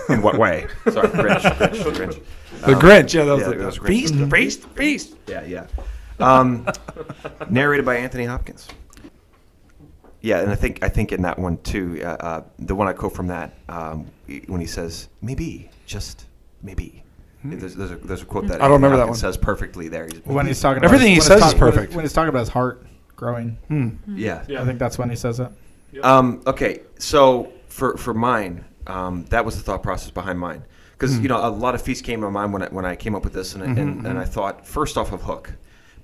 in what way? Sorry, cringe, cringe, cringe.
the Grinch? Yeah, that was,
yeah,
the,
that was Grinch. Mm-hmm.
feast, feast, feast.
Yeah, yeah. Um, narrated by Anthony Hopkins. Yeah, and I think I think in that one too, uh, uh, the one I quote from that um, when he says maybe, just maybe. There's, there's, a, there's a quote that
Hmm. I
Anthony
don't remember that
Hopkins
one.
Says perfectly there. He's,
When he's talking,
Everything he
about his-
says
when
is
he's talk- when-
perfect. Hmm.
When he's talking about his heart growing,
yeah,
Yeah.
I think that's when he says it.
Um, okay, so for for mine, um, that was the thought process behind mine because
Hmm.
you know a lot of feasts came to mind when I, when I came up with this, and,
Mm-hmm.
and, and I thought first off of Hook,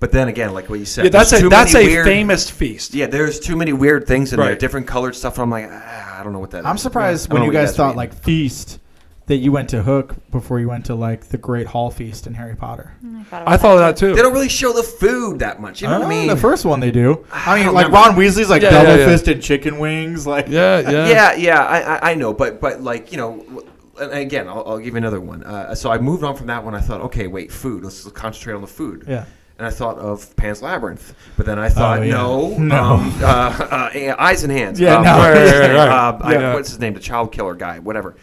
but then again, like what you said,
Yeah, that's
there's
a
too
that's a
many weird-
famous feast.
Yeah, there's too many weird things in there,
Right.
different colored stuff. And I'm like, ah, I don't know what that
I'm
is."
surprised
I don't
when
know
you
what you
guys,
guys
thought
mean.
like feast that you went to Hook before you went to like the Great Hall feast in Harry Potter.
I thought,
I thought of that too.
They don't really show the food that much. You know what I mean?
Oh, Ah, the first one they do. I mean,
don't
like
remember.
Ron Weasley's like
Yeah, yeah, yeah.
double fisted chicken wings. Like
Yeah, yeah,
yeah, yeah, I, I, I know, but but like you know, w- and again, I'll, I'll give you another one. Uh, so I moved on from that one. I thought, okay, wait, food. Let's concentrate on the food.
Yeah.
And I thought of Pan's Labyrinth, but then I thought,
Oh, yeah.
no,
No.
Um, uh, uh, eh, eyes and hands.
Yeah,
um,
no.
what's his
Right, right,
name?
right.
Uh, I-
Yeah.
what's his name? The child killer guy, whatever.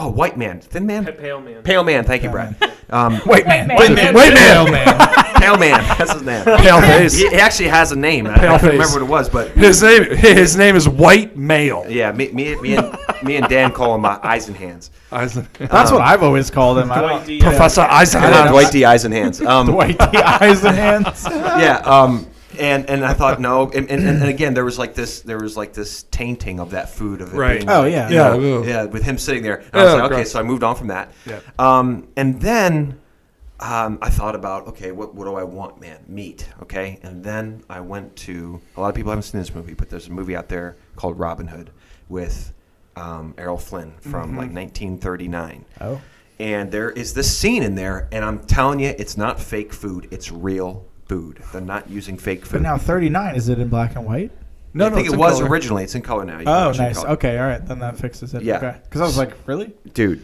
Oh, white man, thin man,
Pe- Pale man.
pale man. Thank you, Brad. Um,
Wait, man.
Wait,
man.
Wait,
Pale
man. man.
pale man. That's his name.
Pale face.
He, he actually has a name. I, I
Pale
can't
face.
remember what it was, but
His name his name is White Male.
yeah, me, me, me and me and Dan call him uh, eyes and hands. Uh,
That's what I've always called him. I
Dwight
don't-
D.
Professor Eisenhower.
Dwight D. Eyes and hands. Um,
Dwight D. Eisenhands.
yeah um and and i thought no and, and, and again there was like this there was like this tainting of that food of it
Right.
being,
Oh, yeah.
you
Yeah,
know,
ew.
yeah with him sitting there and i was
Yeah,
like okay
gross.
so i moved on from that
Yeah.
um and then um, I thought about okay, what, what do I want, man? Meat, okay. And then I went to a lot of people haven't seen this movie, but there's a movie out there called Robin Hood with um, Errol Flynn from
Mm-hmm.
like 1939.
Oh.
And there is this scene in there, and I'm telling you, it's not fake food; it's real food. They're not using fake food.
But now 39 is it in black and white?
No,
I
no,
think
it's
it
in
was
color.
originally. It's in color now. You can
Oh,
watch it in
nice.
color.
Okay, all right, then that fixes it.
Yeah.
Okay. Because I was like, really?
dude.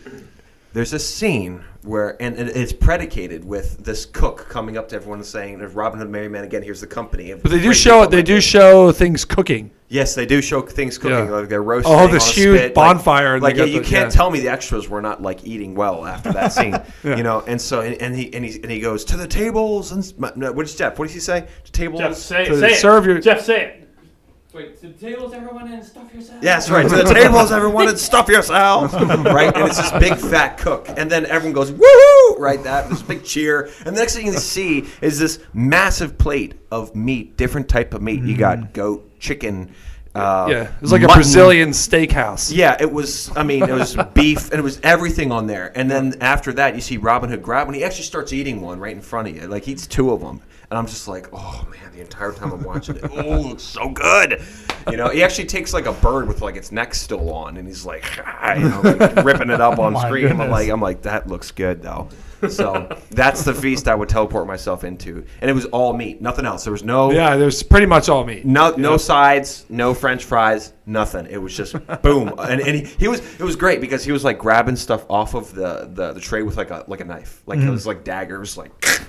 There's a scene where, and it- it's predicated with this cook coming up to everyone and saying, "There's Robin Hood, Merry Man again. Here's the company."
But they do show it. They do show things cooking.
Yes, they do show things cooking.
Yeah.
Like they're roasting.
Oh,
on
this
a
huge
spit,
bonfire and
Like,
they
like
got
yeah, you
the-
can't
yeah.
tell me the extras were not like eating well after that scene,
Yeah.
you know. And so, and, and he and he and he goes to the tables and s- no, which Jeff? What does he say? To tables.
Jeff, say
To
it. Say it.
serve your-
Jeff, say it.
Wait, so tables everyone and stuff yourself?
Yeah, that's right. To the tables, everyone, and stuff yourselves. Right? And it's this big fat cook. And then everyone goes, woohoo! Right? That, this big cheer. And the next thing you see is this massive plate of meat, different type of meat. You got goat, chicken. Uh,
Mm-hmm. Yeah, it's like a
mutton.
Brazilian steakhouse.
Yeah, it was, I mean, it was beef and it was everything on there. And then after that, you see Robin Hood grab one. He actually starts eating one right in front of you. Like, he eats two of them. And I'm just like, oh, man, the entire time I'm watching it. Oh, it's so good. You know, he actually takes like a bird with like its neck still on and he's like, ah, you know, like, ripping it up on
My
screen. I'm
goodness.
like, I'm like, that looks good, though. So that's the feast I would teleport myself into, and it was all meat, nothing else. There was no
Yeah, there's pretty much all meat.
No, no sides, no French fries, nothing. It was just boom, and, and he, he was it was great because he was like grabbing stuff off of the, the, the tray with like a like a knife, like it was like daggers, like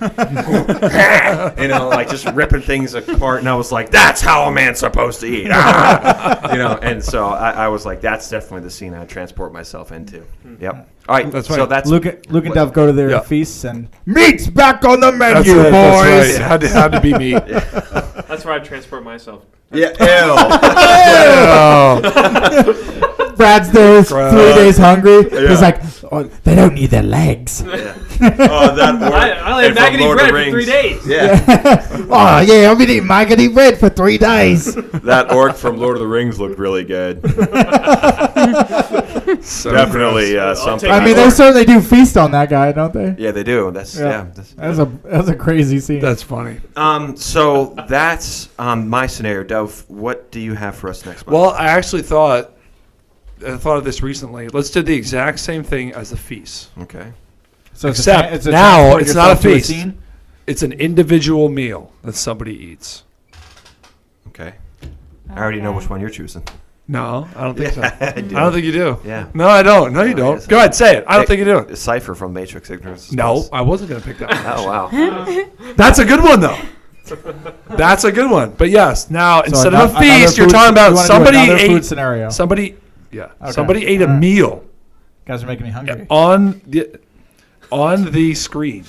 you know, like just ripping things apart. And I was like, that's how a man's supposed to eat, Ah! you know. And so I, I was like, that's definitely the scene I transport myself into. Yep. All right, that's so
right.
that's
Luke, Luke and Dove go to their
Yeah.
feasts and meat's back on the
That's
menu,
right, that's
boys.
right. Had to, had to be meat.
That's where I transport myself.
yeah. Ew.
Oh.
Brad's there, is three
Gross.
days hungry.
Yeah.
He's like, oh, they don't need their legs.
Oh, that word.
I, I only had
And from
mac and
Lord of
bread
the
for three
Rings.
days.
Yeah.
oh yeah, I've been eating maggoty bread for three days.
that orc from Lord of the Rings looked really good.
So
Definitely uh,
I'll
something.
take
I mean, they certainly do feast on that guy, don't they?
yeah, they do. That's yeah. That's,
That's a that's a crazy scene.
That's funny.
um, so that's um, my scenario, Dove. What do you have for us next month?
Well, I actually thought I thought of this recently. Let's do the exact same thing as the feast.
okay.
so it's
except
tran-
now
transport
it's not a
yourself to
feast. It's an individual meal that somebody eats.
Okay. I already know which one you're choosing.
No, I don't think so.
Yeah, I
I,
do.
don't think you do.
Yeah.
No, I don't. No, you
No,
don't.
yes,
Go
I
ahead, say it. I don't
Hey,
think you do.
Cipher from Matrix Ignorance. is
No,
Bliss.
I wasn't gonna pick that. One.
Oh wow.
That's a good one though. That's a good one. But yes, now
So
instead
ano-
of a feast,
another
you're
food-
talking
you
about
wanna do
somebody
another
ate
food scenario.
somebody. Yeah,
Okay.
somebody ate a
Alright.
meal
Guys are making me hungry.
on the on the screen,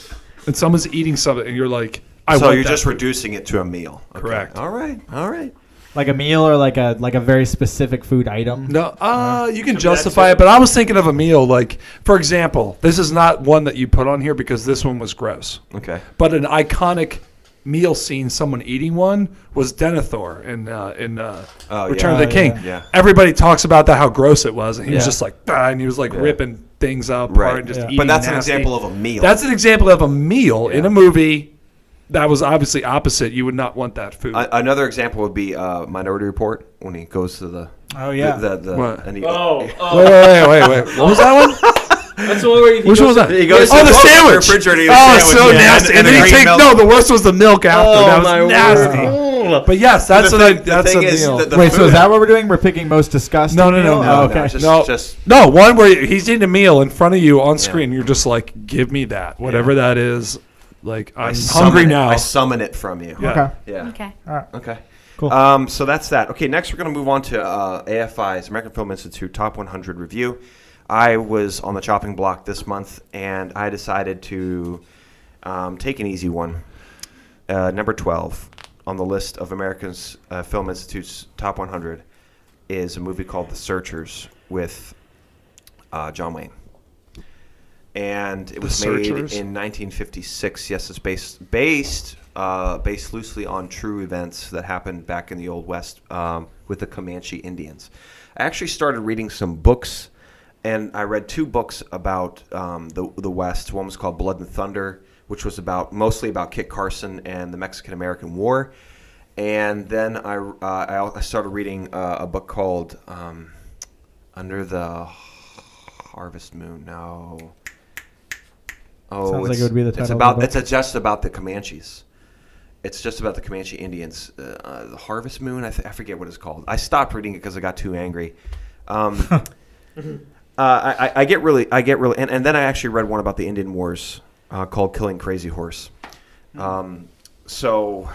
and someone's eating something, and you're like, I
so
want
you're
that
just
food.
reducing it to a meal. Okay.
Correct.
All right. All right.
Like a meal or like a like a very specific food item.
No, uh, you can
Come back
justify
to
it, but I was thinking of a meal. Like, for example, this is not one that you put on here because this one was gross.
Okay.
But an iconic meal scene, someone eating one, was Denethor in uh, in uh,
Oh,
Return
yeah.
of the
Oh,
King.
yeah. Yeah.
Everybody talks about that how gross it was, and he was
Yeah.
just like, "Ah," and he was like ripping things up,
Right.
and just
Yeah.
eating
But that's an
nasty.
example of a meal.
That's an example of a meal in a movie that was obviously opposite. You would not want that food.
A- another example would be uh, Minority Report when he goes to the.
Oh, yeah.
The, the, the-
What?
And he,
Oh,
wait,
oh,
wait, wait, wait, wait. What was that one?
that's the one where you can
Which
go
one was
to-
that?
He goes
oh,
to
the
the
sandwich.
refrigerator to get
Oh,
a
it's
sandwich,
so
yeah,
nasty.
and
And,
a
then you
green
take
milk.
no. The worst was the milk after.
Oh,
that was
my word.
nasty. But yes, that's
The
an,
thing- the
that's a
thing is
meal.
that the
Wait, so
food-
is that what we're doing? We're picking most disgusting.
No, no, no,
meal?
no,
Oh,
no,
okay.
just-
no,
just-
no, one where he's eating a meal in front of you on screen. You're just like, give me that, whatever that is. Like I'm
summon
hungry
it.
now.
I summon it from you.
Yeah.
okay.
Yeah.
Okay.
Okay.
Cool.
Um, so that's that. Okay, next we're going to move on to uh, AFI's American Film Institute Top 100 review. I was on the chopping block this month, and I decided to um, take an easy one. Uh, number 12 on the list of Americans uh, Film Institute's Top 100 is a movie called The Searchers with uh, John Wayne. And it was made
Searchers?
in 1956. Yes, it's based based uh, based loosely on true events that happened back in the Old West um, with the Comanche Indians. I actually started reading some books, and I read two books about um, the the West. One was called Blood and Thunder, which was about mostly about Kit Carson and the Mexican American War. And then I uh, I al- I started reading uh, a book called um, Under the Harvest Moon. No. Oh,
Sounds like
it's-
it would be the
It's
title of the
about
book.
it's uh, just about the Comanches. It's just about the Comanche Indians. Uh, uh, the Harvest Moon. I, th- I forget what it's called. I stopped reading it because I got too angry. Um, uh, I, I- I get really, I get really, and, and then I actually read one about the Indian Wars uh, called "Killing Crazy Horse." Um, so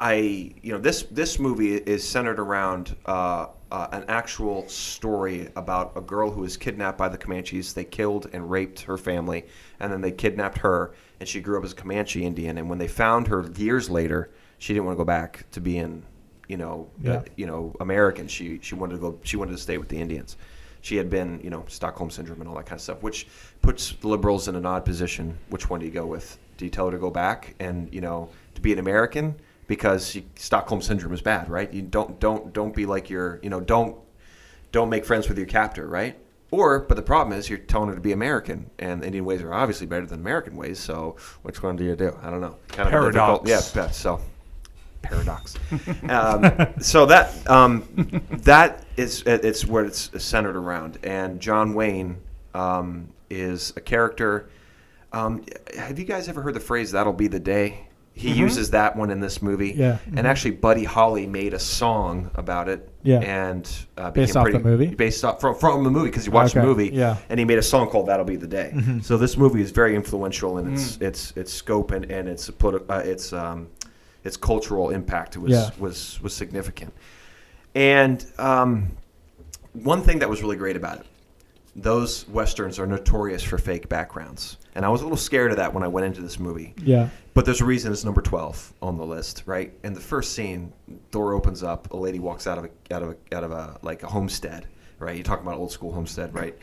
I, you know, this this movie is centered around uh, uh, an actual story about a girl who was kidnapped by the Comanches. They killed and raped her family, and then they kidnapped her, and she grew up as a Comanche Indian. And when they found her years later, she didn't want to go back to being, you know, uh,
Yeah.
you know, American. She she wanted to go. She wanted to stay with the Indians. She had been, you know, Stockholm syndrome and all that kind of stuff, which puts the liberals in an odd position. Which one do you go with? Do you tell her to go back and you know to be an American because she, Stockholm syndrome is bad, right? You don't don't don't be like your you know don't don't make friends with your captor, right? Or, but the problem is you're telling her to be American, and Indian ways are obviously better than American ways. So, which one do you do? I don't know. Kind a difficult-
Paradox.
Yeah, yeah, so paradox. um, so that um, that is it- it's what it's centered around, and John Wayne um, is a character Um, have you guys ever heard the phrase "That'll be the day"? He uses that one in this movie.
Mm-hmm. Yeah. Mm-hmm.
And actually, Buddy Holly made a song about it.
Yeah.
And uh,
Based
became
off
pretty-
the movie?
Based off from from the movie because he watched
Okay,
the movie.
yeah.
And he made a song called "That'll Be the Day." Mm-hmm. Mm. So this movie is very influential in its its its scope and and its politi- uh, its um, its cultural impact was
Yeah.
was was significant. And um, one thing that was really great about it, those westerns are notorious for fake backgrounds, and I was a little scared of that when I went into this movie.
Yeah.
But there's a reason it's number 12 on the list, right? And the first scene, door opens up, a lady walks out of a, out of a, out of a like a homestead, right? You're talking about old school homestead, right?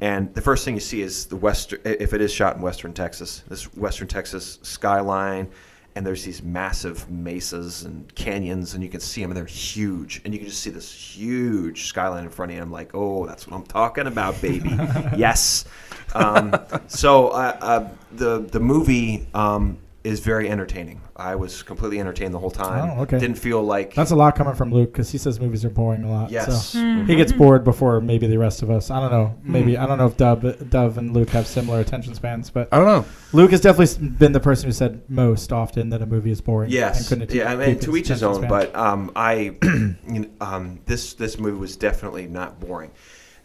And the first thing you see is the western if it is shot in western Texas, this western Texas skyline and there's these massive mesas and canyons and you can see them and they're huge and you can just see this huge skyline in front of you and i'm like oh that's what i'm talking about baby yes um, so uh, uh, the, the movie um, is very entertaining i was completely entertained the whole time
Oh, okay.
didn't feel like
That's a lot coming from Luke because he says movies are boring a lot.
yes
So. He gets bored before maybe the rest of us. I don't know.
Mm.
Maybe I don't know if Dove, Dove and Luke have similar attention spans, but
I don't know.
Luke has definitely s- been the person who said most often that a movie is boring.
Yes.
and couldn't
yeah, I
keep
mean, to each his
attention
own.
span.
But um, I, you know, um, this this movie was definitely not boring.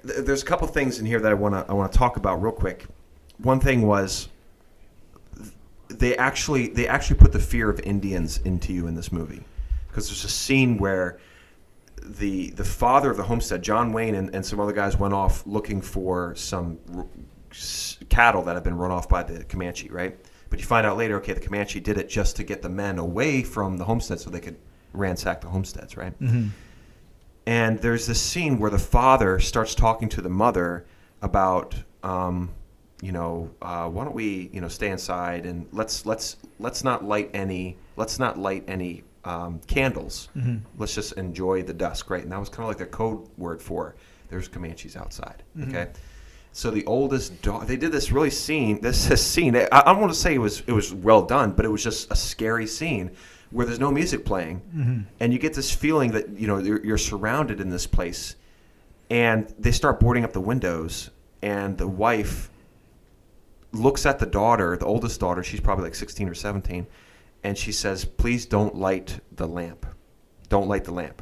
Th- There's a couple things in here that I want to I want to talk about real quick. One thing was th- they actually they actually put the fear of Indians into you in this movie because there's a scene where the the father of the homestead, John Wayne, and, and some other guys went off looking for some r- s- cattle that had been run off by the Comanche, right? But you find out later, okay, the Comanche did it just to get the men away from the homestead so they could ransack the homesteads, right?
Mm-hmm.
And there's this scene where the father starts talking to the mother about, um, you know, uh, why don't we, you know, stay inside and let's let's let's not light any let's not light any um, candles. Let's just enjoy the dusk, right? And that was kind of like a code word for there's Comanches outside. Okay. So the oldest dog. They did this really scene. This, this scene. I, I don't want to say it was it was well done, but it was just a scary scene where there's no music playing,
Mm-hmm.
and you get this feeling that you know you're, you're surrounded in this place, and they start boarding up the windows, and the wife looks at the daughter, the oldest daughter. She's probably like 16 or 17, and she says, "Please don't light the lamp. Don't light the lamp."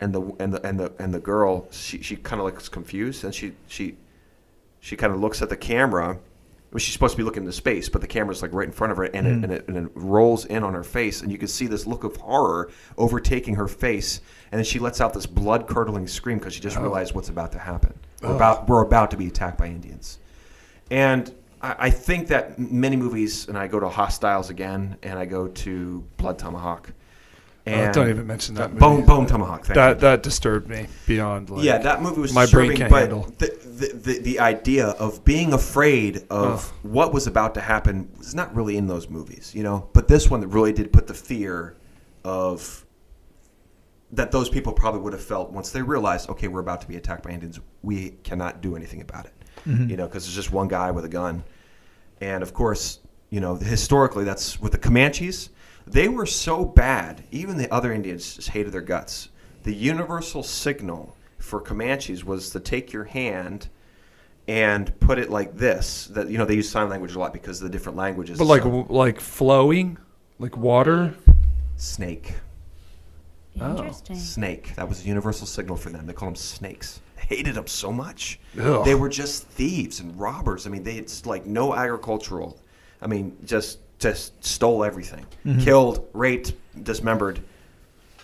And the and the and the and the girl, she she kind of looks confused, and she she she kind of looks at the camera. Well, she's supposed to be looking into space, but the camera's like right in front of her, and,
Mm.
it, and, it, and it rolls in on her face, and you can see this look of horror overtaking her face, and then she lets out this blood curdling scream because she
Oh.
just realized what's about to happen. We're about we're about to be attacked by Indians, and I, I think that many movies, and I go to Hostiles again, and I go to Blood Tomahawk, and
Oh, don't even mention that movie.
Bone Bone Tomahawk. Thank you.
That that disturbed me beyond like
Yeah, that movie was
my brain
disturbing,
can't
but
handle.
The, the, the, the idea of being afraid of what was about to happen was not really in those movies, you know. But this one that really did put the fear of that those people probably would have felt once they realized, okay, we're about to be attacked by Indians. We cannot do anything about it,
Mm-hmm.
you know, because it's just one guy with a gun. And of course, you know, historically, that's with the Comanches. They were so bad, even the other Indians just hated their guts. The universal signal for Comanches was to take your hand and put it like this. That you know, they use sign language a lot because of the different languages.
but like
So,
w- like flowing, like water.
snake,
Oh.
Interesting.
snake. That was the universal signal for them. They called them snakes. They hated them so much.
Ugh.
They were just thieves and robbers. I mean, they it's like no agricultural. I mean, just just stole everything, killed, raped, dismembered.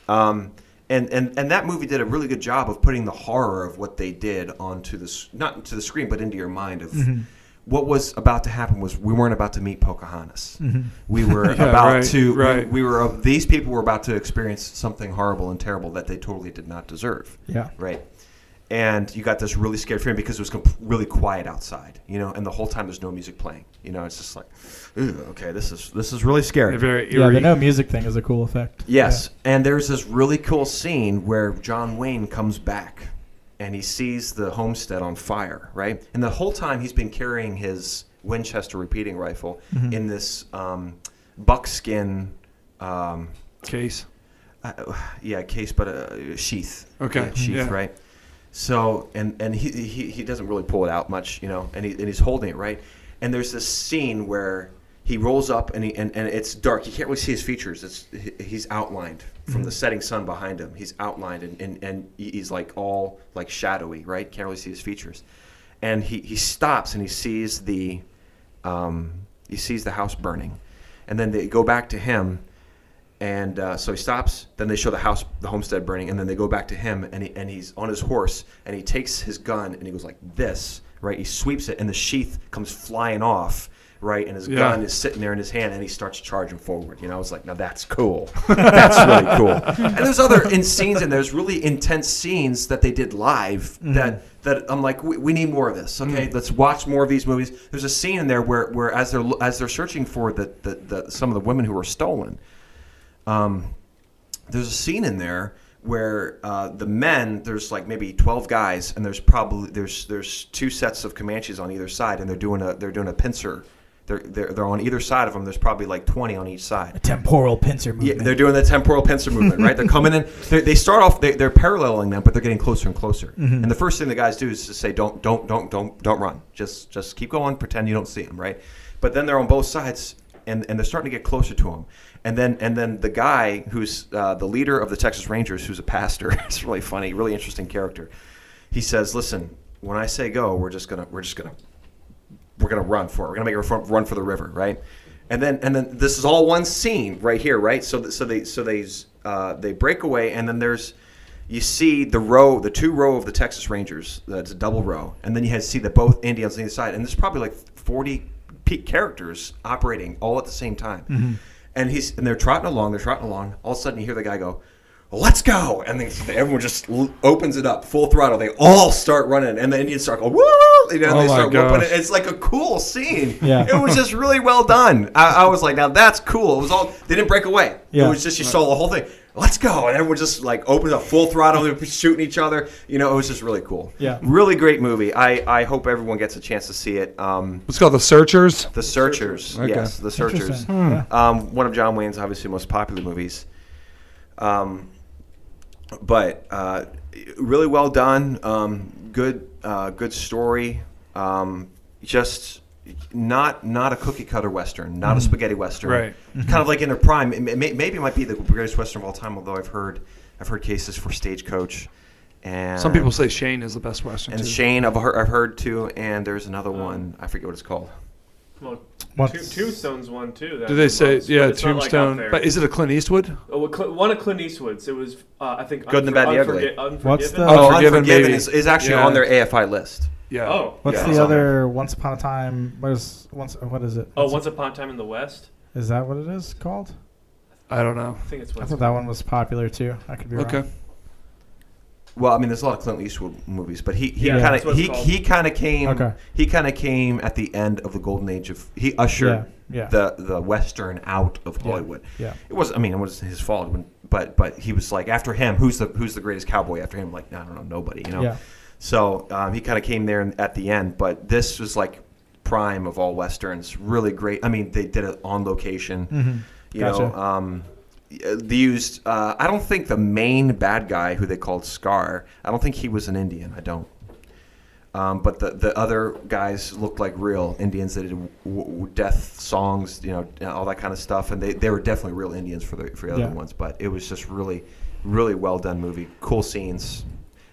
Um, and, and and that movie did a really good job of putting the horror of what they did onto the s- not into the screen, but into your mind of.
Mm-hmm.
What was about to happen was we weren't about to meet Pocahontas. We were about
Mm-hmm. right,
to we-
right.
we were uh, these people were about to experience something horrible and terrible that they totally did not deserve.
Yeah.
Right. And you got this really scared feeling because it was comp- really quiet outside, you know, and the whole time there's no music playing. You know, it's just like, "Ooh, okay, this is this is really scary.
Very
yeah,
eerie.
the no music thing is a cool effect.
Yes, and there's this really cool scene where John Wayne comes back and he sees the homestead on fire, right? And the whole time he's been carrying his Winchester repeating rifle in this um, buckskin, um,
case.
uh, yeah, case, but a sheath.
Okay,
Yeah, sheath,
yeah.
right? So, and and he, he he doesn't really pull it out much, you know, and he and he's holding it right, and there's this scene where he rolls up and he and, and it's dark. You can't really see his features. It's he- he's outlined from
Mm-hmm.
the setting sun behind him. He's outlined and, and, and he- he's like all like shadowy, right? Can't really see his features. And he, he stops and he sees the um, he sees the house burning, and then they go back to him, and uh, so he stops. Then they show the house, the homestead burning, and then they go back to him, and he, and he's on his horse, and he takes his gun, and he goes like this, right? He sweeps it, and the sheath comes flying off, right? And his
Yeah.
gun is sitting there in his hand, and he starts charging forward. You know, I was like, now that's cool. that's really cool. And there's other in scenes, and there's really intense scenes that they did live that that I'm like, we, we need more of this. Okay, let's watch more of these movies. There's a scene in there where, where as they're lo- as they're searching for the, the, the some of the women who were stolen Um, there's a scene in there where uh, the men there's like maybe 12 guys and there's probably there's there's two sets of comanches on either side and they're doing a they're doing a pincer they're, they're, they're on either side of them there's probably like 20 on each side
Temporal pincer
yeah,
movement.
they're doing the temporal pincer movement, right? They're coming in. They're, they start off. They, they're paralleling them, but they're getting closer and closer. And the first thing the guys do is to say, "Don't, don't, don't, don't, don't run. Just, just keep going. Pretend you don't see them, right?" But then they're on both sides, and, and they're starting to get closer to them. And then, and then the guy who's uh, the leader of the Texas Rangers, who's a pastor, it's really funny, really interesting character. He says, "Listen, when I say go, we're just gonna, we're just gonna we're gonna run for it. We're gonna make a run- run for the river, right? And then and then this is all one scene right here, right? So th- so they so they uh, they break away, and then there's you see the row, the two row of the Texas Rangers. That's a double row, and then you had see the both Indians on either side, and there's probably like forty peak characters operating all at the same time.
Mm-hmm.
And he's and they're trotting along, they're trotting along. All of a sudden, you hear the guy go, let's go and then everyone just l- opens it up full throttle they all start running and the indians start going woo you know, and
Oh
they
my
start whooping it
gosh.
it's like a cool scene
Yeah.
it was just really well done I, I was like now that's cool it was all they didn't break away it
Yeah.
was just you saw the whole thing let's go and everyone just like opens up full throttle they're shooting each other you know it was just really cool
Yeah.
really great movie i i hope everyone gets a chance to see it um
It's called The Searchers.
the Searchers,
Okay.
yes, The Searchers.
Interesting. Hmm.
Um, one of John Wayne's obviously most popular movies. Um, but uh, really well done. Um, good, uh, good story. Um, just not not a cookie cutter western, not a spaghetti western.
Mm-hmm. Right.
Kind of like in their prime. It may, maybe it might be the greatest western of all time. Although I've heard I've heard cases for Stagecoach. And
Some people say Shane is the best Western.
and
too. Um,
Shane I've heard, I've heard too. And there's another one I forget what it's called.
Well,
What's-
Tomb- Tombstone's one too. that
Do they
was
say
lost,
yeah?
but it's not, like, up
Tombstone.
there.
but is it a Clint Eastwood?
Oh, well, Cl- one of Clint Eastwood's. It was, uh, I think,
Good and the Bad and the Ugly.
Unforgi-
What's the-
Unforgiven?
Oh,
Unforgiven,
Unforgiven,
maybe.
is, is actually
Yeah.
on their AFI list.
Yeah.
Oh,
What's
Yeah, it's
the
on
other Once Upon a Time? What is once? What is it?
oh, Once Upon a Time in the West.
is that what it is called?
I don't know.
I think it's
I
Once.
thought that one was popular too. I could be wrong.
Okay.
Well, I mean, there's a lot of Clint Eastwood movies, but he, he
Yeah,
kind
that's what
of
it's
he,
called.
he kind of came
Okay.
he kind of came at the end of the golden age of he ushered
Yeah, yeah.
the the western out of Hollywood.
yeah.
it was. I mean, it was his fault, when, but but he was like after him, who's the who's the greatest cowboy after him? Like I don't know, nobody. You know.
Yeah.
So um, he kind of came there at the end, but this was like prime of all westerns. Really great. I mean, they did it on location.
Mm-hmm.
You know,
Gotcha.
um, they used. Uh, I don't think the main bad guy, who they called Scar, I don't think he was an Indian. I don't. Um, but the, the other guys looked like real Indians that did w- w- death songs, you know, and all that kind of stuff, and they, they were definitely real Indians for the for the other
Yeah.
ones. But it was just really, really well done movie, cool scenes.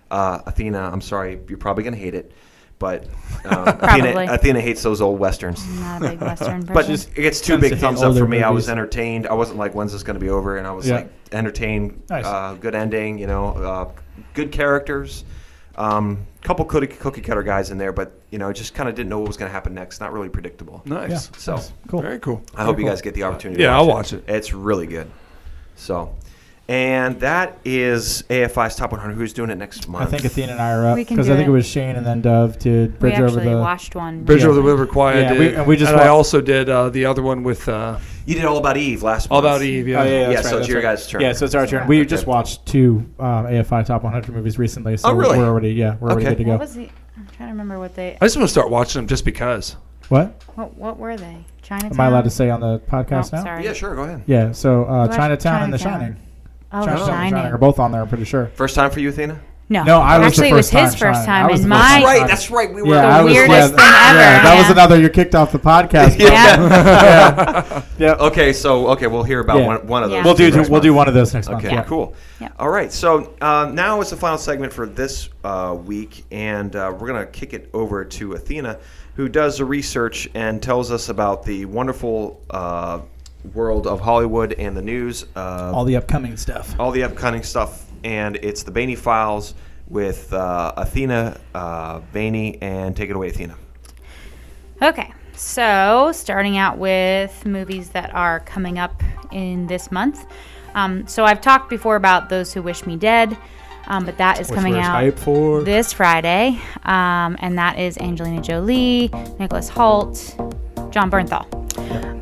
Uh, Athena, I'm sorry, you're probably gonna hate it, but um,
Probably.
Athena, Athena hates those old westerns.
I'm not a big Western person.
But it gets two
Tends to
big
hate
thumbs up
older
for me. I was
movies.
entertained. I wasn't like, when's this going to be over? And I was
Yeah.
like, entertained.
Nice.
Uh, good ending, you know, uh, good characters. Um, couple cookie, cookie cutter guys in there, but you know, just kind of didn't know what was going to happen next. Not really predictable.
Yeah.
Nice.
So
nice. cool.
Very cool.
I hope you guys get the opportunity.
Yeah,
to
I'll
watch
watch it.
It's really good. So, and that is AFI's top 100. Who's doing it next month?
I think Athena and I are up
We can
because
do
I think
it.
it was Shane and then Dove did
we
Bridge over
actually
the.
watched one.
Bridge
Yeah.
over the River Quiet.
Yeah,
did,
we- and we just
I
wa-
also did uh, the other one with uh,
you did all about Eve last.
All
month.
About Eve. Yeah.
Oh, yeah,
Yeah,
that's
so
right,
it's
that's
your
right.
guys' turn.
Yeah, so it's our turn. We just
Okay.
watched two um, AFI Top 100 movies recently, so
Oh, really?
we're already yeah we're already
Okay.
good to
What
go.
was the? I'm trying to remember what they.
I just want to start watching them just because.
What
What, what were they? Chinatown.
am I allowed to say on the
Oh,
podcast now?
sorry.
Yeah, sure. Go ahead.
Yeah, so uh,
watched
Chinatown and The
Chinatown.
Shining.
Oh,
Chinatown and The
Shining.
Shining are both on there. I'm pretty sure.
First time for you, Athena.
No,
No, I was the
actually
first
it was his
time trying.
first time,
I was
and
the first
my
time.
Right, that's right. We were.
the
I was-
weirdest
yeah,
thing ever.
Yeah, that was
yeah.
another. You're kicked off the podcast.
Yeah.
yeah. yeah.
Okay, so okay, we'll hear about
Yeah.
one, one of those.
Yeah.
We'll do.
next
We'll
month.
do one of those next month.
Okay,
yeah.
cool.
Yeah.
All right, so uh, now is the final segment for this uh, week, and uh, we're going to kick it over to Athena, who does the research and tells us about the wonderful uh, world of Hollywood and the news. Uh,
All the upcoming stuff.
all the upcoming stuff, and it's the Bainey Files with uh, Athena uh, Bainey, and take it away, Athena.
Okay, so starting out with movies that are coming up in this month. Um, so I've talked before about Those Who Wish Me Dead, um, but that is coming
we're
out
hyped for.
this Friday, um, and that is Angelina Jolie, Nicholas Holt, John Bernthal.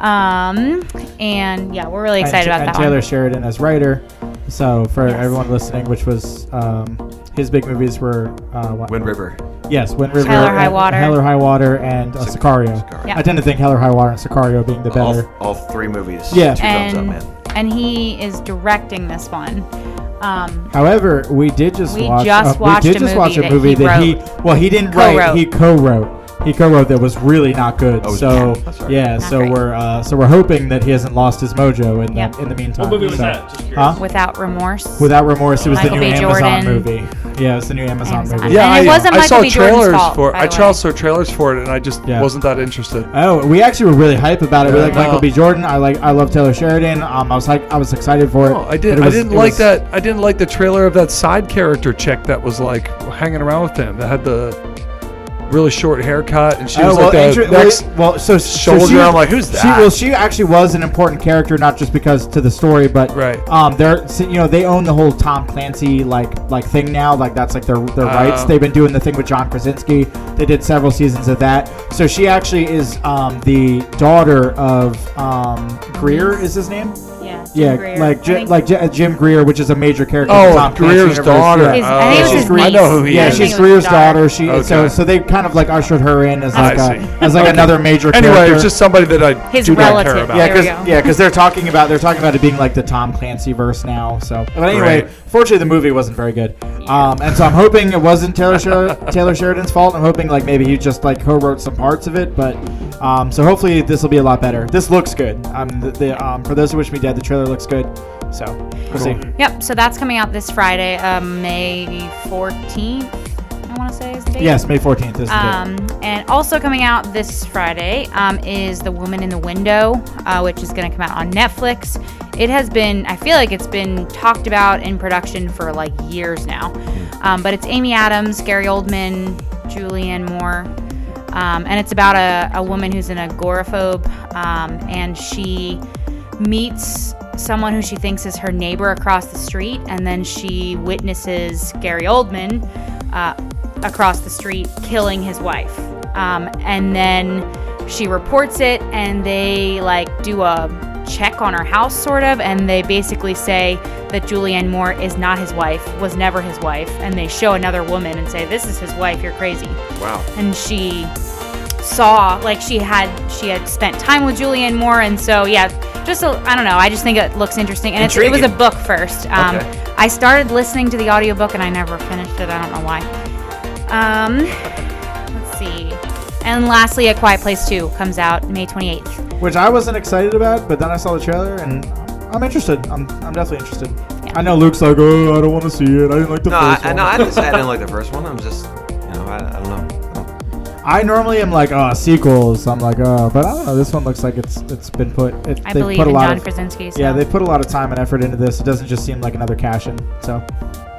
Um, and yeah, we're really excited
and,
about
and
that
Taylor
one.
Sheridan as writer. So for everyone listening, which was um, his big movies were uh, what-
Wind River.
Yes, Wind River,
Hell or
and-
High Water.
Hell or High Water, and uh,
Sic-
Sicario.
Sicario.
Yeah.
I tend to think Hell or High Water and Sicario being the better.
All, all three movies.
Yeah.
Two thumbs up,
And,
man.
and he is directing this one. Um,
However, we did just
We
watch.
just watched
we did
a
just
movie
watch a
that
movie
he
that he,
wrote.
well he didn't write
Co-wrote.
he co-wrote he co-wrote that was really not good.
Oh, it was
so
bad. That's right.
yeah,
Not
so
great.
we're uh, so we're hoping that he hasn't lost his mojo in
Yep.
the in the meantime.
movie was
so-
that? Just curious.
Huh?
without remorse.
Without remorse, it was
Michael
the new
B.
Amazon
Jordan.
movie. Yeah, it was the new Amazon,
Amazon.
movie.
Yeah. And it wasn't
I
Michael
saw
B. Jordan's
trailers
fault,
for.
by
I
the
saw
way.
saw trailers for it, and I just
Yeah.
wasn't that interested.
Oh, we actually were really hype about it. We
Yeah.
like Michael B.
No.
Jordan. I like I love Taylor Sheridan. Um, I was like I was excited for it.
No, Oh, I did.
But it
I
was-
didn't
it
like
was-
that. I didn't like the trailer of that side character chick that was like hanging around with him. That had the really short haircut, and she
oh,
was
well,
like the
inter- well,
next.
well, so so
shoulder,
she,
I'm like, who's
She,
that?
well, she actually was an important character, not just because to the story, but
Right.
Um, they're so, you know they own the whole Tom Clancy like like thing now. Like that's like their their rights.
Oh.
They've been doing the thing with John Krasinski. They did several seasons of that. So she actually is um the daughter of um Greer is his name.
yeah,
Yeah,
Jim Greer. I
like J-
think-
like J- uh, Jim Greer, which is a major character. in
oh,
the Tom Clancy
Greer's
universe,
daughter.
yeah.
His- I think it was
Oh.
his
I know
niece.
who he
Yeah,
is.
think
she's
it was his
Greer's daughter.
daughter.
She so
Okay.
so they kind of like ushered her in as like
I
a,
see.
as like
Okay.
another major.
Anyway,
character.
it's just somebody that I
His
do not care
relative.
about.
yeah,
There we
because
go.
yeah, because they're talking about they're talking about it being like the Tom Clancy verse now. So, but anyway,
Great.
fortunately the movie wasn't very good, um, and so I'm hoping it wasn't Taylor Sher- Taylor Sheridan's fault. I'm hoping like maybe he just like co-wrote some parts of it, but um, so hopefully this will be a lot better. This looks good. Um, the, the um, for those who wish me dead, the trailer looks good. So we'll see.
Yep. So that's coming out this Friday, um, May 14th. I want to say is the date.
Yes, May 14th is the date.
Um, and also coming out this Friday um, is The Woman in the Window, uh, which is going to come out on Netflix. It has been, I feel like it's been talked about in production for like years now. Um, but it's Amy Adams, Gary Oldman, Julianne Moore. Um, and it's about a, a woman who's an agoraphobe um, and she meets someone who she thinks is her neighbor across the street, and then she witnesses Gary Oldman uh, across the street killing his wife. Um, and then she reports it, and they like do a check on her house, sort of, and they basically say that Julianne Moore is not his wife, was never his wife, and they show another woman and say, "This is his wife. You're crazy."
Wow.
and she saw like she had she had spent time with Julianne Moore and so yeah just I I don't know I just think it looks interesting and it's, it was a
Intriguing.
book first um,
Okay.
I started listening to the audiobook and I never finished it I don't know why um let's see and lastly A Quiet Place 2 comes out May 28th
which I wasn't excited about, but then I saw the trailer and I'm interested. I'm, I'm definitely interested.
Yeah.
I know Luke's like, oh, I don't want to see it. I didn't like the
No, I,
first
I,
one.
no, I didn't say I didn't like the first one. I'm just, you know, I, I don't know. I don't-
I normally am like, oh, sequels. I'm like, oh, but I don't know. This one looks like it's it's been put. It,
I
they
believe
put a
in
lot
John
of,
Krasinski so.
Yeah, they put a lot of time and effort into this. It doesn't just seem like another cash in. So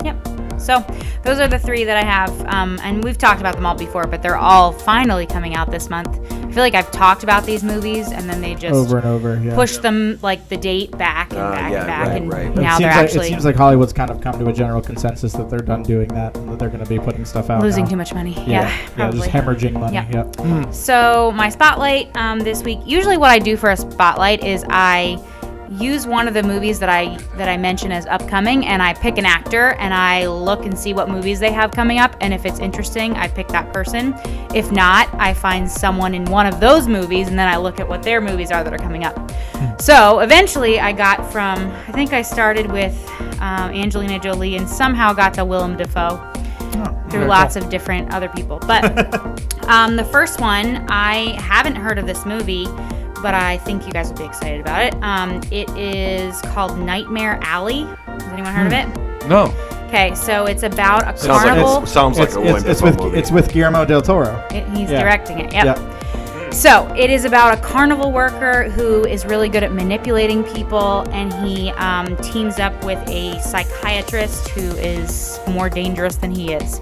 Yep. So those are the three that I have, um, and we've talked about them all before, but they're all finally coming out this month. I feel like I've talked about these movies, and then they just
over and over. Yeah.
push them like the date back and
Uh,
back
yeah,
and back,
right,
and
right.
It seems
now they're
like,
actually
it seems like Hollywood's kind of come to a general consensus that they're done doing that and that they're going to be putting stuff out.
losing
now.
too much money.
oh, Yeah,
Yeah,
yeah,
probably.
just hemorrhaging money.
Yeah.
Yep.
So my spotlight um, this week. Usually, what I do for a spotlight is I use one of the movies that I that I mention as upcoming, and I pick an actor and I look and see what movies they have coming up. And if it's interesting, I pick that person. If not, I find someone in one of those movies, and then I look at what their movies are that are coming up. So eventually, I got uh, from I think I started with um, Angelina Jolie, and somehow got to Willem Dafoe. through lots of different other people. But um, the first one, I haven't heard of this movie, but I think you guys will be excited about it. Um, it is called Nightmare Alley. Has anyone heard of it?
No.
Okay, so it's about a
Hmm. Sounds like,
carnival.
it's, sounds like
It's,
a
it's-
William
it's
Dafoe
with
movie.
it's with Guillermo del Toro.
It- he's
Yeah.
directing it. Yep.
Yep.
So it is about a carnival worker who is really good at manipulating people, and he um, teams up with a psychiatrist who is more dangerous than he is.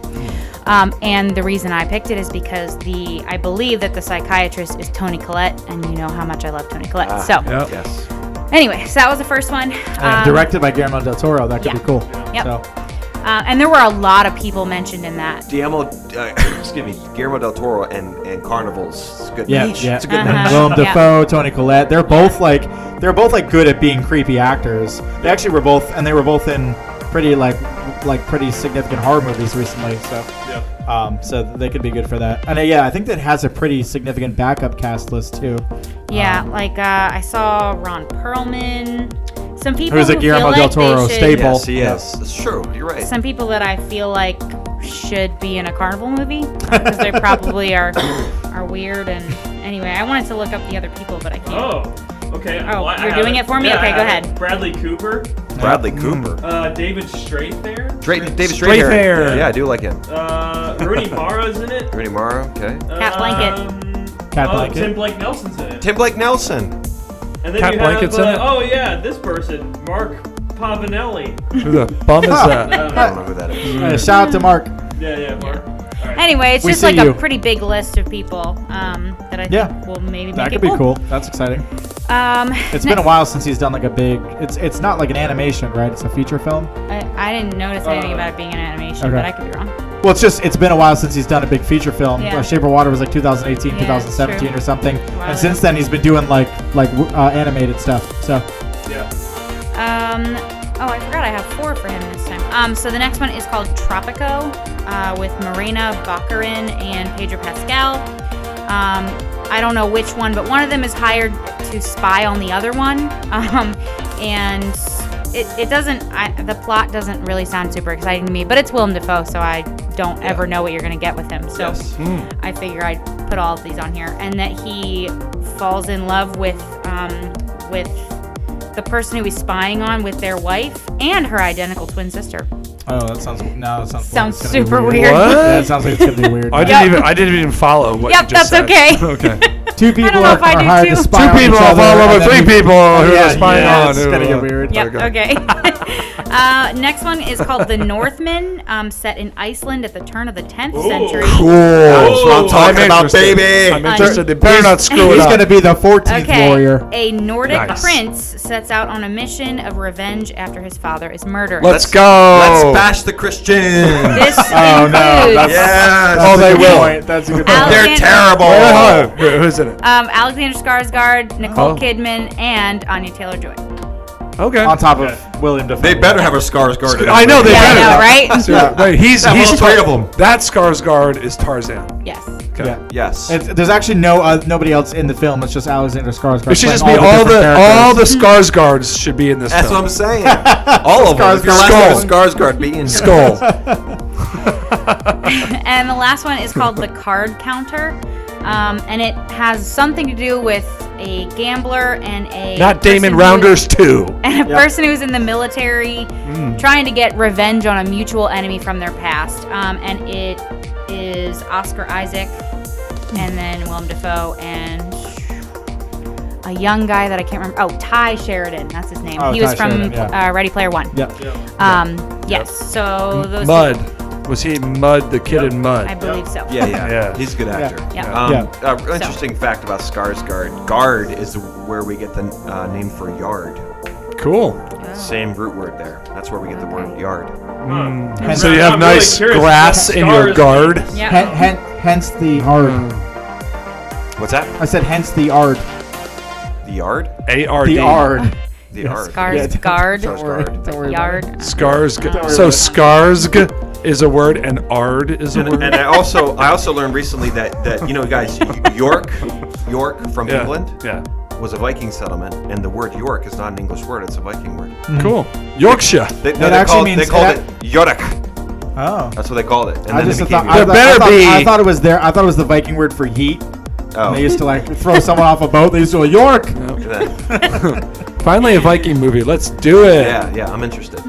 Um, and the reason I picked it is because the I believe that the psychiatrist is Tony Collette, and you know how much I love Tony Collette. so,
Oh.
Yeah.
yes.
anyway, so that was the first one.
Ah, And
Um,
directed by Guillermo del Toro. That could
yeah.
be cool.
Yep.
So,
uh, and there were a lot of people mentioned in that.
Guillermo, uh, excuse me, Guillermo del Toro and, and Carnivals. It's a good
yeah,
match.
yeah.
It's a good
Uh-huh.
match.
Willem
Yeah.
Dafoe, Tony Collette. They're both like they're both like good at being creepy actors. They actually were both, and they were both in pretty like like pretty significant horror movies recently. So,
Yeah.
um, so they could be good for that. And uh, yeah, I think that has a pretty significant backup cast list too. Ah.
Yeah, like uh, I saw Ron Perlman. Some people
Who's a
who
Guillermo
feel
del
like they
Toro
should-
staple.
Yes, he is. It's true. You're right.
Some people that I feel like should be in a carnival movie because they probably are are weird. And anyway, I wanted to look up the other people, but I can't.
Oh. Okay.
Oh,
I
you're
have
doing it for me?
Yeah, I
Okay, go
have
ahead.
it. Bradley Cooper,
Bradley
Mm.
Cooper.
uh, David Straight there,
Dra- David
Straight
Straithair.
hair.
Yeah, I do like him.
uh, Rooney Mara's in it.
Rooney Mara. Okay.
Cat Blanket.
Um,
Cat
oh,
Blanket.
Tim Blake Nelson's in it.
Tim Blake Nelson.
And then
Cat
you have,
Blanket's in
uh,
it.
Oh yeah, this person, Mark Pavanelli.
Who the bum is that?
I don't know who that is.
Uh, shout out to Mark.
Yeah, yeah, Mark. All right.
Anyway, it's
Oh. We
just
see
like
you.
a pretty big list of people um, that I think
Yeah.
will maybe make
That
it
could be cool. That's exciting.
Um,
It's been a while since he's done like a big. It's it's not like an animation, right? It's a feature film.
I, I didn't notice anything
Uh,
about it being an animation,
okay.
but I could be wrong.
Well, it's just it's been a while since he's done a big feature film.
Yeah.
Uh, Shape of Water was like 2018,
Yeah,
2017
true.
or something,
while
and
ago.
since then he's been doing like like w- uh, animated stuff. So
Yeah.
Um, oh, I forgot I have four for him this time. Um, so the next one is called Tropico uh, with Marina Baccarin and Pedro Pascal. Um, I don't know which one, but one of them is hired to spy on the other one. Um, and it, it doesn't, I, the plot doesn't really sound super exciting to me, but it's Willem Dafoe, so I don't ever know what you're going to get with him. So I figure I'd put all of these on here. And that he falls in love with, um, with the person who he's spying on with their wife and her identical twin sister.
oh, that sounds no, that sounds
Sounds super weird.
What?
Yeah, it sounds like it's gonna be weird.
I didn't even I didn't even follow what
Yep,
you just
that's
said.
okay.
okay.
Two people
know
are,
if I
are
do
hired to
too.
spy
Two
on
people
each
are
other,
followed
and
by
then
three
you-
people who
Yeah,
are spying
yeah,
on.
It's
who,
gonna
uh,
get weird.
Yep. Okay. uh, next one is called The Northmen, um, set in Iceland at the turn of the 10th century.
That's what I'm
Oh,
talking
I'm
about,
interested.
baby.
I'm interested. They
He's-
better not screw it
He's
up.
gonna be the 14th
Okay.
warrior.
A Nordic
Nice.
prince sets out on a mission of revenge after his father is murdered.
Let's go.
Let's bash the Christians.
this
Oh, no,
includes
that's-
yes.
Oh, they will.
That's a good
Alex-
They're
Alexander-
terrible.
Oh, who's in it?
um, Alexander Skarsgård, Nicole
Oh.
Kidman, and Anya Taylor Joy.
Okay.
On top of William Dafoe.
They better have a Skarsgård. in
I know
them.
they
Yeah, I
better.
know, right?
Yeah, right. He's
Yeah,
he's
all three of them.
That Skarsgård is Tarzan.
yes.
Okay.
Yeah.
Yes.
It's, there's actually no uh, nobody else in the film. It's just Alexander Skarsgård.
It should
playing
just be all
different
the
characters.
all the Skarsgårds should be in this
That's what
film.
I'm saying. All of them. If your last name is Skarsgård, be in
Skull.
And the last one is called the card counter, um, and it has something to do with a gambler and a
Not Damon
person who-
Rounders too.
and a person who's in the military
Hmm.
trying to get revenge on a mutual enemy from their past. Um, and it is Oscar Isaac,
Hmm.
and then Willem Dafoe, and a young guy that I can't remember. Oh, Ty Sheridan, that's his name.
Oh,
he
Ty
was from
Sheridan, yeah.
uh, Ready Player One.
Yeah.
Um, yes. So those.
Mud. Was he Mud? The kid in
I
Mud.
believe so.
Yeah, yeah,
Yeah.
He's a good actor.
Yeah.
Um,
Yeah.
uh, interesting fact about Skarsgård. Guard is where we get the uh, name for yard.
Cool.
Uh, Oh.
Same root word there. That's where we get the word yard.
Huh.
So you
I'm
have
really
nice
curious about
grass in your
Skarsgård.
guard.
Yeah.
Hen, hen, hence the ard.
Mm.
What's that?
I said hence the ard.
The yard?
A R D.
The ard.
The yard.
Skarsgård.
Don't worry. Don't
Yard.
Skarsg. So Skarsg is a word, and Ard is a
And,
word.
and I also I also learned recently that, that you know guys York York from
Yeah.
England
Yeah.
was a Viking settlement and the word York is not an English word it's a Viking word.
Cool. Yorkshire.
They, no,
It
they
actually
called,
means-
they called it,
it
York.
Oh.
That's what they called it. And
I
then
just
it
thought,
became
I,
Europe.
thought,
There better
I, thought, I
be-
thought it was there. I thought it was the Viking word for heat.
Oh.
And they used to like throw someone off a boat. They used to go York.
Finally, a Viking movie. Let's do it.
yeah, yeah, I'm interested.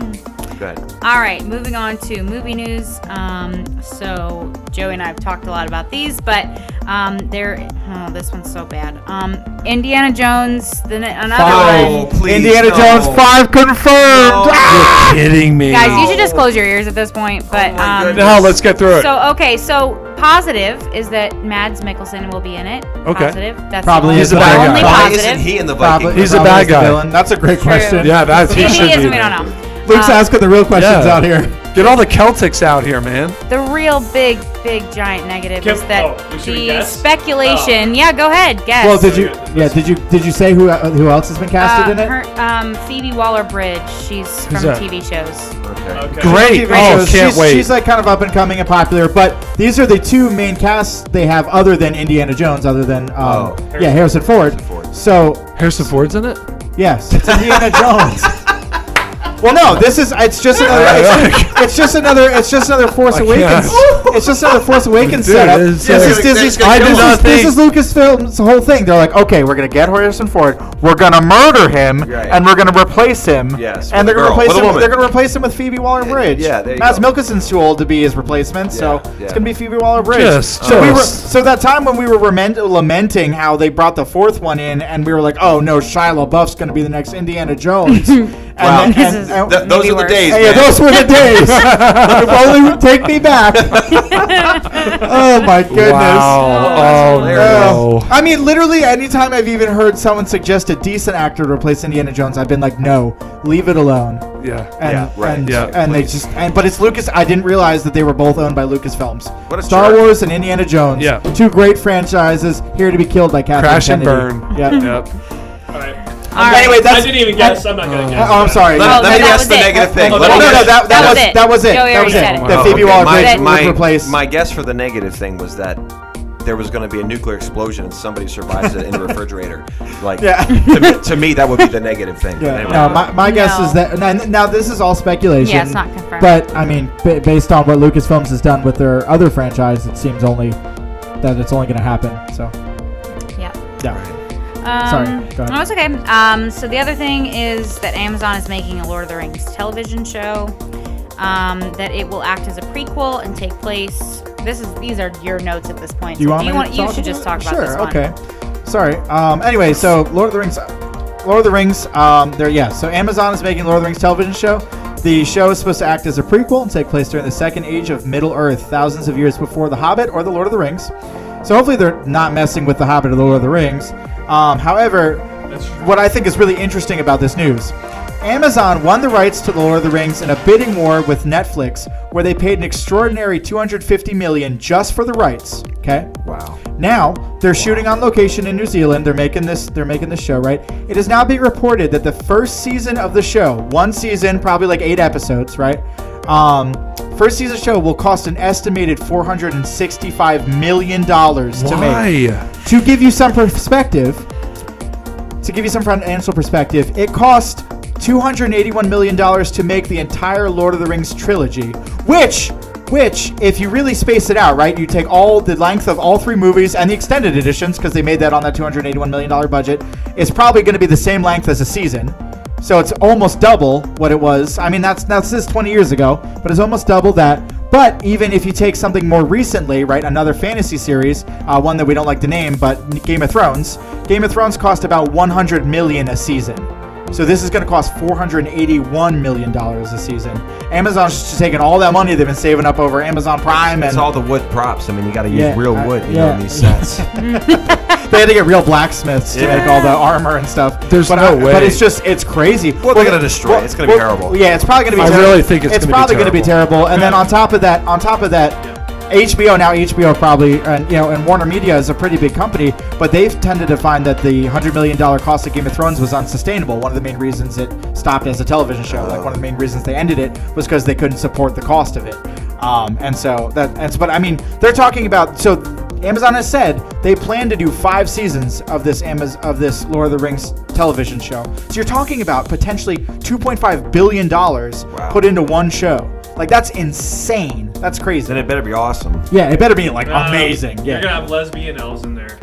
Go ahead.
All right, moving on to movie news. Um, so Joey and I have talked a lot about these, but um, there. Oh, this one's so bad. Um, Indiana Jones, the ne- another
Oh.
one.
please.
Indiana
no.
Jones five confirmed.
No.
Ah!
You're kidding me.
Guys, you should just close your ears at this point. But
Oh my
um,
goodness.
now let's get through it.
so okay, so positive is that Mads Mikkelsen will be in it.
Okay.
Positive. That's
Probably
the
is a
only,
bad guy.
only
Why
positive.
isn't he in the Viking?
Probably,
He's a
probably
bad
is the
guy.
villain. That's a great
True.
question.
yeah, that's he
Maybe
should
he is.
be.
We don't know.
Luke's
Um,
asking the real questions
Yeah.
out here.
Get all the Celtics out here, man.
The real big, big, giant negative
Can-
is that
oh, should we
the
guess?
speculation.
Oh.
Yeah, go ahead, guess.
Well, did
So
you?
good.
Yeah, did you? Did you say who uh, who else has been casted
Uh,
in it?
her- um, Phoebe Waller Bridge. She's from
that?
TV shows.
Okay.
Okay.
Great.
TV
Oh,
shows.
can't
she's,
wait.
She's like kind of up and coming and popular, but these are the two main casts they have other than Indiana Jones, other than um,
Oh.
yeah Harrison Ford.
Ford.
So
Harrison Ford's in it.
yes, it's Indiana Jones. Well, no, this is it's just another it's, it's just another it's just another Force
I
Awakens
can't.
it's just another Force Awakens
Dude,
setup.
it's,
This
uh,
is
That's
Disney's.
gonna
I did
kill
not
us.
This
think.
is Lucasfilm's whole thing. They're like, okay, we're gonna get Harrison Ford, we're gonna murder him,
Right.
and we're gonna replace him.
Yes,
and
with
they're
a
gonna
girl,
replace
with a
him.
woman.
They're gonna replace him with Phoebe Waller-Bridge.
Yeah, there you
Mads
go.
Mikkelsen's too old to be his replacement, so
Yeah, yeah.
it's gonna be Phoebe Waller-Bridge.
Just-
so we were,
just-
so that time when we were lament, lamenting how they brought the fourth one in, and we were like, oh no, Shia LaBeouf's gonna be the next Indiana Jones. and
Wow.
then-
This
and- and-
is-
Th- those are
Maybe
the
worse.
days.
yeah,
man.
those were the days. if only would take me back. oh my goodness.
Wow.
Oh,
Oh,
that's
Oh.
no.
I mean, literally, anytime I've even heard someone suggest a decent actor to replace Indiana Jones, I've been like, no, leave it alone.
Yeah.
And,
Yeah, right.
And,
Yeah,
and they just, and, but it's Lucas. I didn't realize that they were both owned by Lucasfilms.
What a
Star
jerk.
Wars and Indiana Jones.
Yeah.
Two great franchises here to be killed by Kathleen
Crash and
Kennedy.
burn.
Yeah. Uh,
Yep.
All right.
All right.
Anyway,
I
that's.
didn't even guess. I'm not gonna guess.
Oh, I'm sorry.
Let,
No,
let
that-
me
that
guess
was
the
it.
negative thing.
No,
Let
no,
me
no,
guess-
that, that,
That
was,
was it.
that was it.
Joey
that
already
was
said
it.
it.
That
Oh,
Phoebe
okay.
Waller-Bridge
My,
was
my,
replaced.
my guess for the negative thing was that there was going to be a nuclear explosion and somebody survives it in a refrigerator. Like,
Yeah.
to, me, to me, that would be the negative thing.
Yeah.
Anyway.
No, my, my guess
No.
is that now, now this is all speculation.
Yeah, it's not confirmed.
But I mean, b- based on what Lucasfilms has done with their other franchise, it seems only that it's only going to happen. So
yeah.
yeah,
Um,
Sorry, go ahead.
No, it's okay. Um, so the other thing is that Amazon is making a Lord of the Rings television show. Um, that it will act as a prequel and take place. This is these are your notes at this point. so do you
me
want
to
you
talk
should just talk
it?
about this one.
Sure. Okay. Sorry. Um. Anyway, so Lord of the Rings, Lord of the Rings. Um. There. Yeah. So Amazon is making Lord of the Rings television show. The show is supposed to act as a prequel and take place during the Second Age of Middle Earth, thousands of years before The Hobbit or The Lord of the Rings. So hopefully they're not messing with The Hobbit or The Lord of the Rings. Um, however, what I think is really interesting about this news. Amazon won the rights to The Lord of the Rings in a bidding war with Netflix, where they paid an extraordinary 250 million just for the rights. Okay.
Wow.
Now they're shooting on location in New Zealand. They're making this. They're making this show, right? It is now being reported that the first season of the show, one season, probably like eight episodes, right? Um, first season show will cost an estimated 465 million dollars to make.
Why?
To give you some perspective, to give you some financial perspective, it cost $281 million to make the entire Lord of the Rings trilogy, which, which, if you really space it out, right, you take all the length of all three movies and the extended editions, because they made that on that $281 million budget, it's probably going to be the same length as a season. So it's almost double what it was. I mean, that's that's this 20 years ago, but it's almost double that. But even if you take something more recently, right, another fantasy series, uh, one that we don't like to name, but Game of Thrones. Game of Thrones cost about 100 million a season. So this is going to cost 481 million dollars a season. Amazon's just taking all that money they've been saving up over Amazon Prime,
It's
and
all the wood props. I mean, you got to use
Yeah,
real
I-
wood, you know,
yeah.
in these sets.
they had to get real blacksmiths to
Yeah.
make all the armor and stuff.
There's
but
no
I- But
way.
it's just it's crazy.
Well, they're gonna destroy it. It's gonna be terrible.
Yeah, it's probably gonna be.
I
terrible.
really think it's gonna be
probably gonna be terrible. And then
Yeah.
on top of that, on top of that. HBO now HBO probably and you know and Warner Media is a pretty big company, but they've tended to find that the hundred million dollar cost of Game of Thrones was unsustainable. One of the main reasons it stopped as a television show, like one of the main reasons they ended it was because they couldn't support the cost of it. Um, and so that and so, but I mean they're talking about so Amazon has said they plan to do five seasons of this Amaz- of this Lord of the Rings television show. So you're talking about potentially 2.5 billion dollars
Wow.
put into one show. Like that's insane. That's crazy.
Then it better be awesome.
yeah, it better be like
Um,
amazing.
You're gonna
Yeah.
have lesbian elves in there.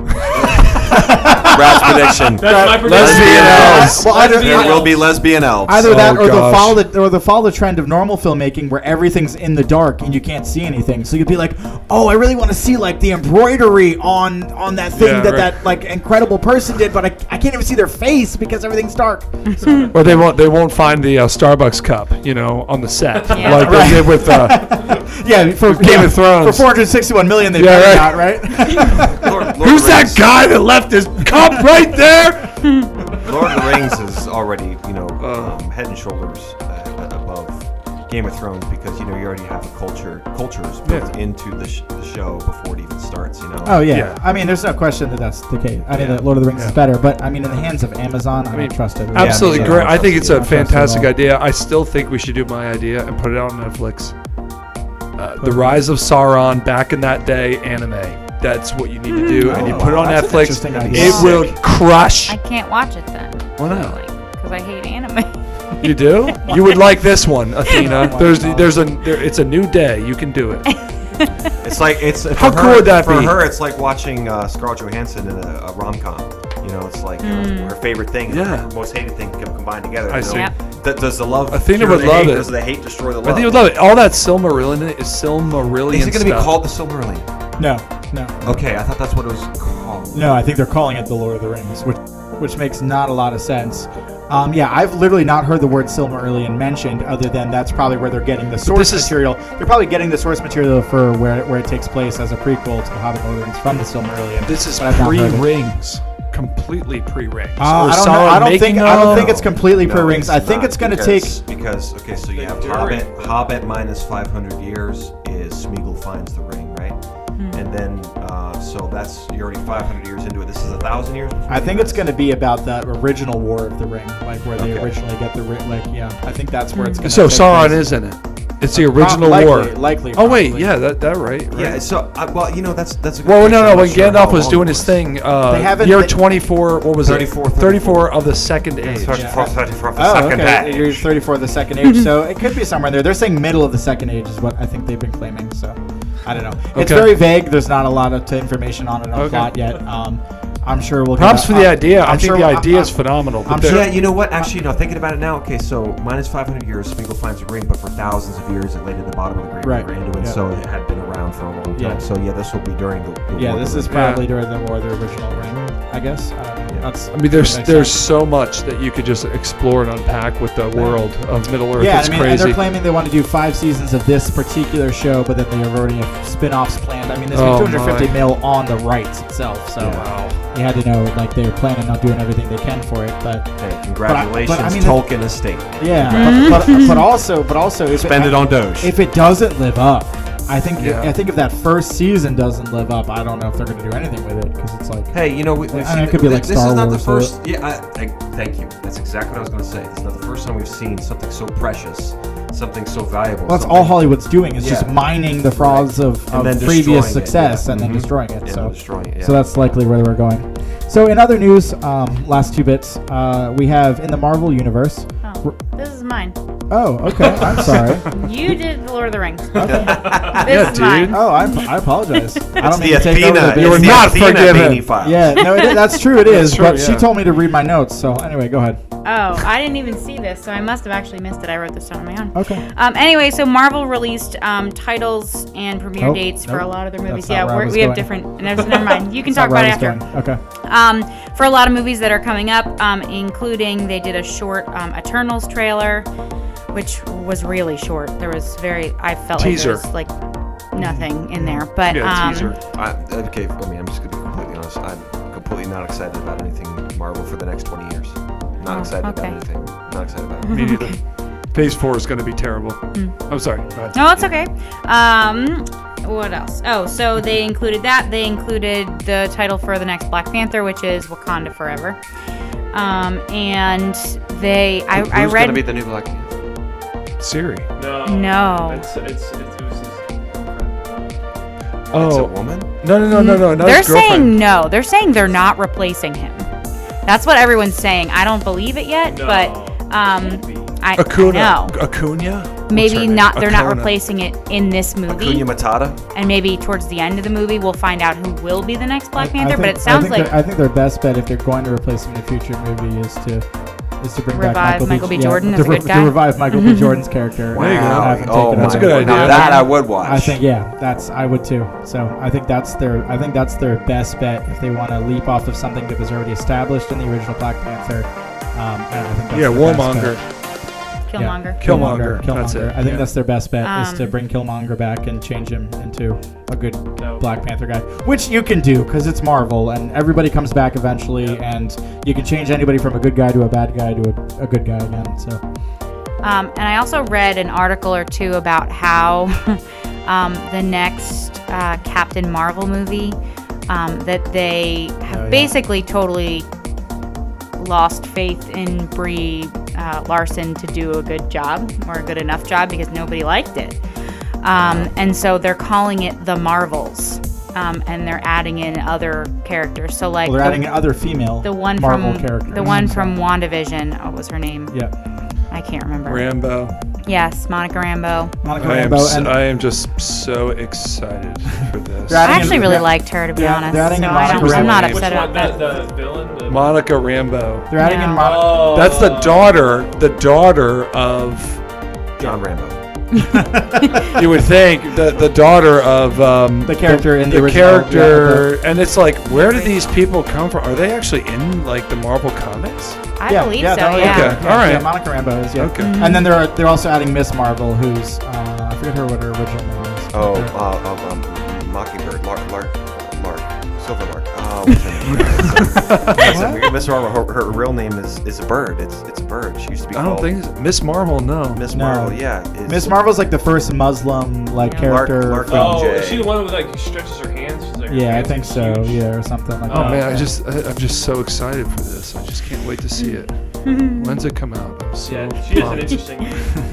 Brad's prediction.
That's my prediction.
lesbian elves.
Well, either-
there will be
elves.
lesbian elves.
Either
Oh,
that, or they'll
gosh.
follow the or they'll follow the trend of normal filmmaking where everything's in the dark and you can't see anything. So you'd be like, "Oh, I really want to see like the embroidery on on that thing
Yeah,
that
right.
that like incredible person did, but I, I can't even see their face because everything's dark."
Or they won't they won't find the uh, Starbucks cup, you know, on the set
Yeah.
like
Right.
they did with. Uh,
yeah, for
Game
yeah,
of Thrones.
for 461 million they
Yeah,
yeah,
right.
out, right?
Lord, Lord of
who's
the
that
Rings-
guy that left his cup right there?
Lord of the Rings is already, you know,
Uh.
um, head and shoulders uh, above Game of Thrones because you know you already have a culture, cultures built
Yeah.
into the, sh- the show before it even starts. You know.
oh yeah.
Yeah.
I mean, there's no question that that's the case. I mean, that Lord of the Rings is
Yeah.
better, but I mean, in the hands of Amazon, I,
mean,
don't trust it.
Absolutely
yeah,
great.
yeah.
I think it's a
Not trusting
fantastic
at all.
idea. I still think we should do my idea and put it out on Netflix. Uh, the Rise of Sauron, back in that day, anime. That's what you need to do, and you
Oh,
put it on
that's an
Netflix.
interesting idea.
It will crush.
I can't watch it then.
Why not?
Because I hate anime.
You do? You would like this one, Athena. There's, there's a, there, it's a new day. You can do it.
It's like it's for
How
her,
cool would that
for
be?
her. It's like watching uh, Scarlett Johansson in a, a rom com. You know, it's like you know, her favorite thing, and
Yeah.
her most hated thing can combine together.
I
you
see.
know?
Yep.
Th- does the love?
Athena
cure
would
the
love
hate?
it.
Does the hate destroy the love?
I think you would love it. All that Silmarillion in it is Silmarillion
Is it going to be
stuff.
called the Silmarillion?
No, no,
Okay, I thought that's what it was called.
no. I think they're calling it the Lord of the Rings, which which makes not a lot of sense. Um, yeah, I've literally not heard the word Silmarillion mentioned, other than that's probably where they're getting the source
this is-
material. They're probably getting the source material for where, where it takes place as a prequel to The Hobbit and Lord of the Rings from the Silmarillion.
This is
but I've not heard
pre
it.
rings, completely pre rings.
Uh, I don't, know. I don't think I don't think it's completely
No,
per rings. I think
not,
it's going to take.
because- because okay, so you have
do
Hobbit.
it.
Hobbit minus 500 years is Smeagol finds the ring, right? And then uh, so that's you're already 500 years into it. This is a thousand years.
I think it's going to be about the original War of the Ring, like where they
Okay.
originally get the ring. Like, yeah, I think that's where it's going to.
So Sauron is in it. It's the original
likely,
war.
likely,
oh wait,
probably.
yeah, that that right. right.
Yeah. So uh, well, you know that's that's. A good
Well,
point.
no,
I'm
no.
not
When
sure
Gandalf
how
was
long
doing
it
his thing, uh,
They haven't-
year
they-
24, what was
34,
it?
34.
34 of the second age.
Search
Yeah.
for- search for the
Oh,
second
okay.
age.
You're 34 of the second age, so it could be somewhere in there. They're saying middle of the second age is what I think they've been claiming. So I don't know. It's
Okay.
very vague. There's not a lot of t- information on it on
Okay.
plot yet. Um, I'm sure we'll.
Props
get
for
a-
the
I'm-
idea. i
I'm
think
sure
the
we'll-
idea
I'm-
is phenomenal. But
I'm
there-
sure-
Yeah, you know what? Actually, no. Thinking about it now, okay. So minus 500 years, Smeagol finds a ring, but for thousands of years, it laid at the bottom of the Great
Right.
River Anduin,
Yeah.
so it had been around for a long time.
Yeah.
So yeah, this will be during the. the
Yeah,
War of
this
the
is
Rings.
probably during the War of the Original Ring, I guess. I don't know. That's,
I mean, there's
that makes
there's
sense.
so much that you could just explore and unpack with the world of Middle Earth.
Yeah,
it's
I mean, and
crazy.
they're claiming they want to do five seasons of this particular show, but then they already have spin-offs planned. I mean, there's
Oh,
been 250
my.
mil on the rights itself, so uh, you had to know like they were planning on doing everything they can for it. But
Hey, congratulations,
mean,
Tolkien Estate.
yeah, but, but, but also, but also, if
Spend it on Doge.
If it doesn't live up, I think
Yeah.
I think if that first season doesn't live up, I don't know if they're going to do anything with it because it's like
Hey, you know, we,
I
we've
mean,
seen
it could be like
this
Star
is not
Wars
the
or-
first. Yeah, I, I, thank you. That's exactly what I was going to say. This is not the first time we've seen something so precious, something so valuable.
Well, that's
something-
all Hollywood's doing is just
Yeah.
mining the frauds of,
And
of
then destroying
previous
it,
success
yeah.
and
Mhm.
then destroying it.
And
so,
then destroying it,
so
yeah.
that's likely where we're going. So, in other news, um, last two bits, uh, we have in the Marvel universe.
Oh, this is mine.
Oh, okay. I'm sorry.
You did the Lord of the Rings. this
Yeah,
is
dude.
mine.
Oh, I, I apologize. I don't mean
The
to take over
Athena.
the
it's
were
business.
the
not
Athena
forgiven.
Beatty Files.
Yeah, no, it, that's true. It is.
true,
but she
yeah.
told me to read my notes. So anyway, go ahead.
Oh, I didn't even see this, so I must have actually missed it. I wrote this down on my own.
Okay.
Um, anyway, so Marvel released um, titles and premiere
Nope,
dates for a
Oh, nope.
lot of their movies.
That's not
yeah,
where I
we're,
was
we have
going.
different. Never, never mind. You can
That's
talk
not where
about
I
it
was
after.
going. Okay.
um, for a lot of movies that are coming up, um, including they did a short um, Eternals trailer, which was really short. There was very I felt
Teaser. Mm-hmm.
like there was like nothing in there, but
Yeah,
um,
teaser.
I, okay, I mean, I'm just going to be completely honest. I'm completely not excited about anything Marvel for the next 20 years. Not
Oh,
excited
okay.
about anything. Not excited about
Me
it.
Mm-hmm.
neither. Phase four is going to be terrible. I'm sorry. uh, Go ahead.
Mm. no, it's okay. Um, what else? Oh, so they included that. They included the title for the next Black Panther, which is Wakanda Forever. Um, and they I, I
Who's
read
gonna be the new Black Panther?
Siri.
No.
No.
It's, it's, it's, it was just-
It's a
Oh
woman?
no no no no no. not
Mm-hmm. they're
his girlfriend.
saying no. They're saying they're not replacing him. That's what everyone's saying. I don't believe it yet,
No.
but um,
Can't be.
I, I
Acuna.
know.
Acuna. What's her
Maybe
name?
not. They're not
Acuna.
replacing it in this movie,
Cunha Matata.
and maybe towards the end of the movie we'll find out who will be the next Black Panther. but it
I
sounds
think
like
their- I think their best bet if they're going to replace him in a future movie is to is to bring back
Revive
Michael,
Michael B.
Yeah,
Jordan
to,
as a
re-
good guy?
to revive Michael B. Jordan's character.
Wow.
and have him
Oh
take it
my
That's a
over.
good
word. Now
idea.
that I would watch.
I think yeah, that's I would too. So I think that's their I think that's their best bet if they want to leap off of something that was already established in the original Black Panther. Um, and I think that's
Yeah,
their best
Warmonger.
bet. Yeah.
Killmonger.
Killmonger.
Killmonger.
That's it.
Killmonger. I think
Yeah.
that's their best bet is to
Um,
bring Killmonger back and change him into a good uh,
No.
Black Panther guy, which you can do because it's Marvel and everybody comes back eventually, and you can change anybody from a good guy to a bad guy to a, a good guy again. So
Um, and I also read an article or two about how um, the next uh, Captain Marvel movie um, that they have
Oh, yeah.
basically totally lost faith in Brie uh, Larson to do a good job or a good enough job because nobody liked it. Um, and so they're calling it the Marvels. Um, and they're adding in other characters. So like
well, they're
the,
adding other female
the one
Marvel
from
characters.
the one from WandaVision. Oh, what was her name?
yeah,
I can't remember.
Rambo.
Yes, Monica Rambo.
Monica
I am,
Rambeau
s
and
I am just so excited for this.
They're
I
adding
actually
in-
really
they're-
liked her, to be
they're-
honest.
they're adding
so
in
I don't,
Monica
I'm not
Rambeau.
upset
Which
about
one?
that.
The, the villain? The
Monica Rambo.
they're adding in
No.
Monica.
Oh.
That's the daughter, the daughter of,
John Rambo.
you would think, the, the daughter of um,
The character in the original,
character, and it's like, where do these people come from? Are they actually in like the Marvel comics?
I believe so.
that-
Yeah.
Okay. All right.
Yeah, Monica Rambeau is yeah.
Okay.
And then they're they're also adding Miss Marvel, who's uh, I forget her what her original name is.
Oh, uh, um, um, Mockingbird. Lark, Lark, Lark, Silver Lark. Oh, what's her name? It's a weird- Miss Marvel. Her, her real name is, is a bird. It's it's a bird. She used to be
I
called
don't think so. Miss Marvel. No.
Miss
No.
Marvel. Yeah. is-
Miss Marvel's like the first Muslim like
Yeah.
Lark-
character.
Lark-
from-
Oh, is
Jay.
she the one with like stretches her hands? She's like, her
yeah, I
hands
think
are
so.
huge.
Yeah, or something like
Oh,
that.
Oh man, I
Yeah.
just I, I'm just so excited for this. I just can't wait to see it. When's it come out? I'm so
Yeah, she is an
pumped.
interesting.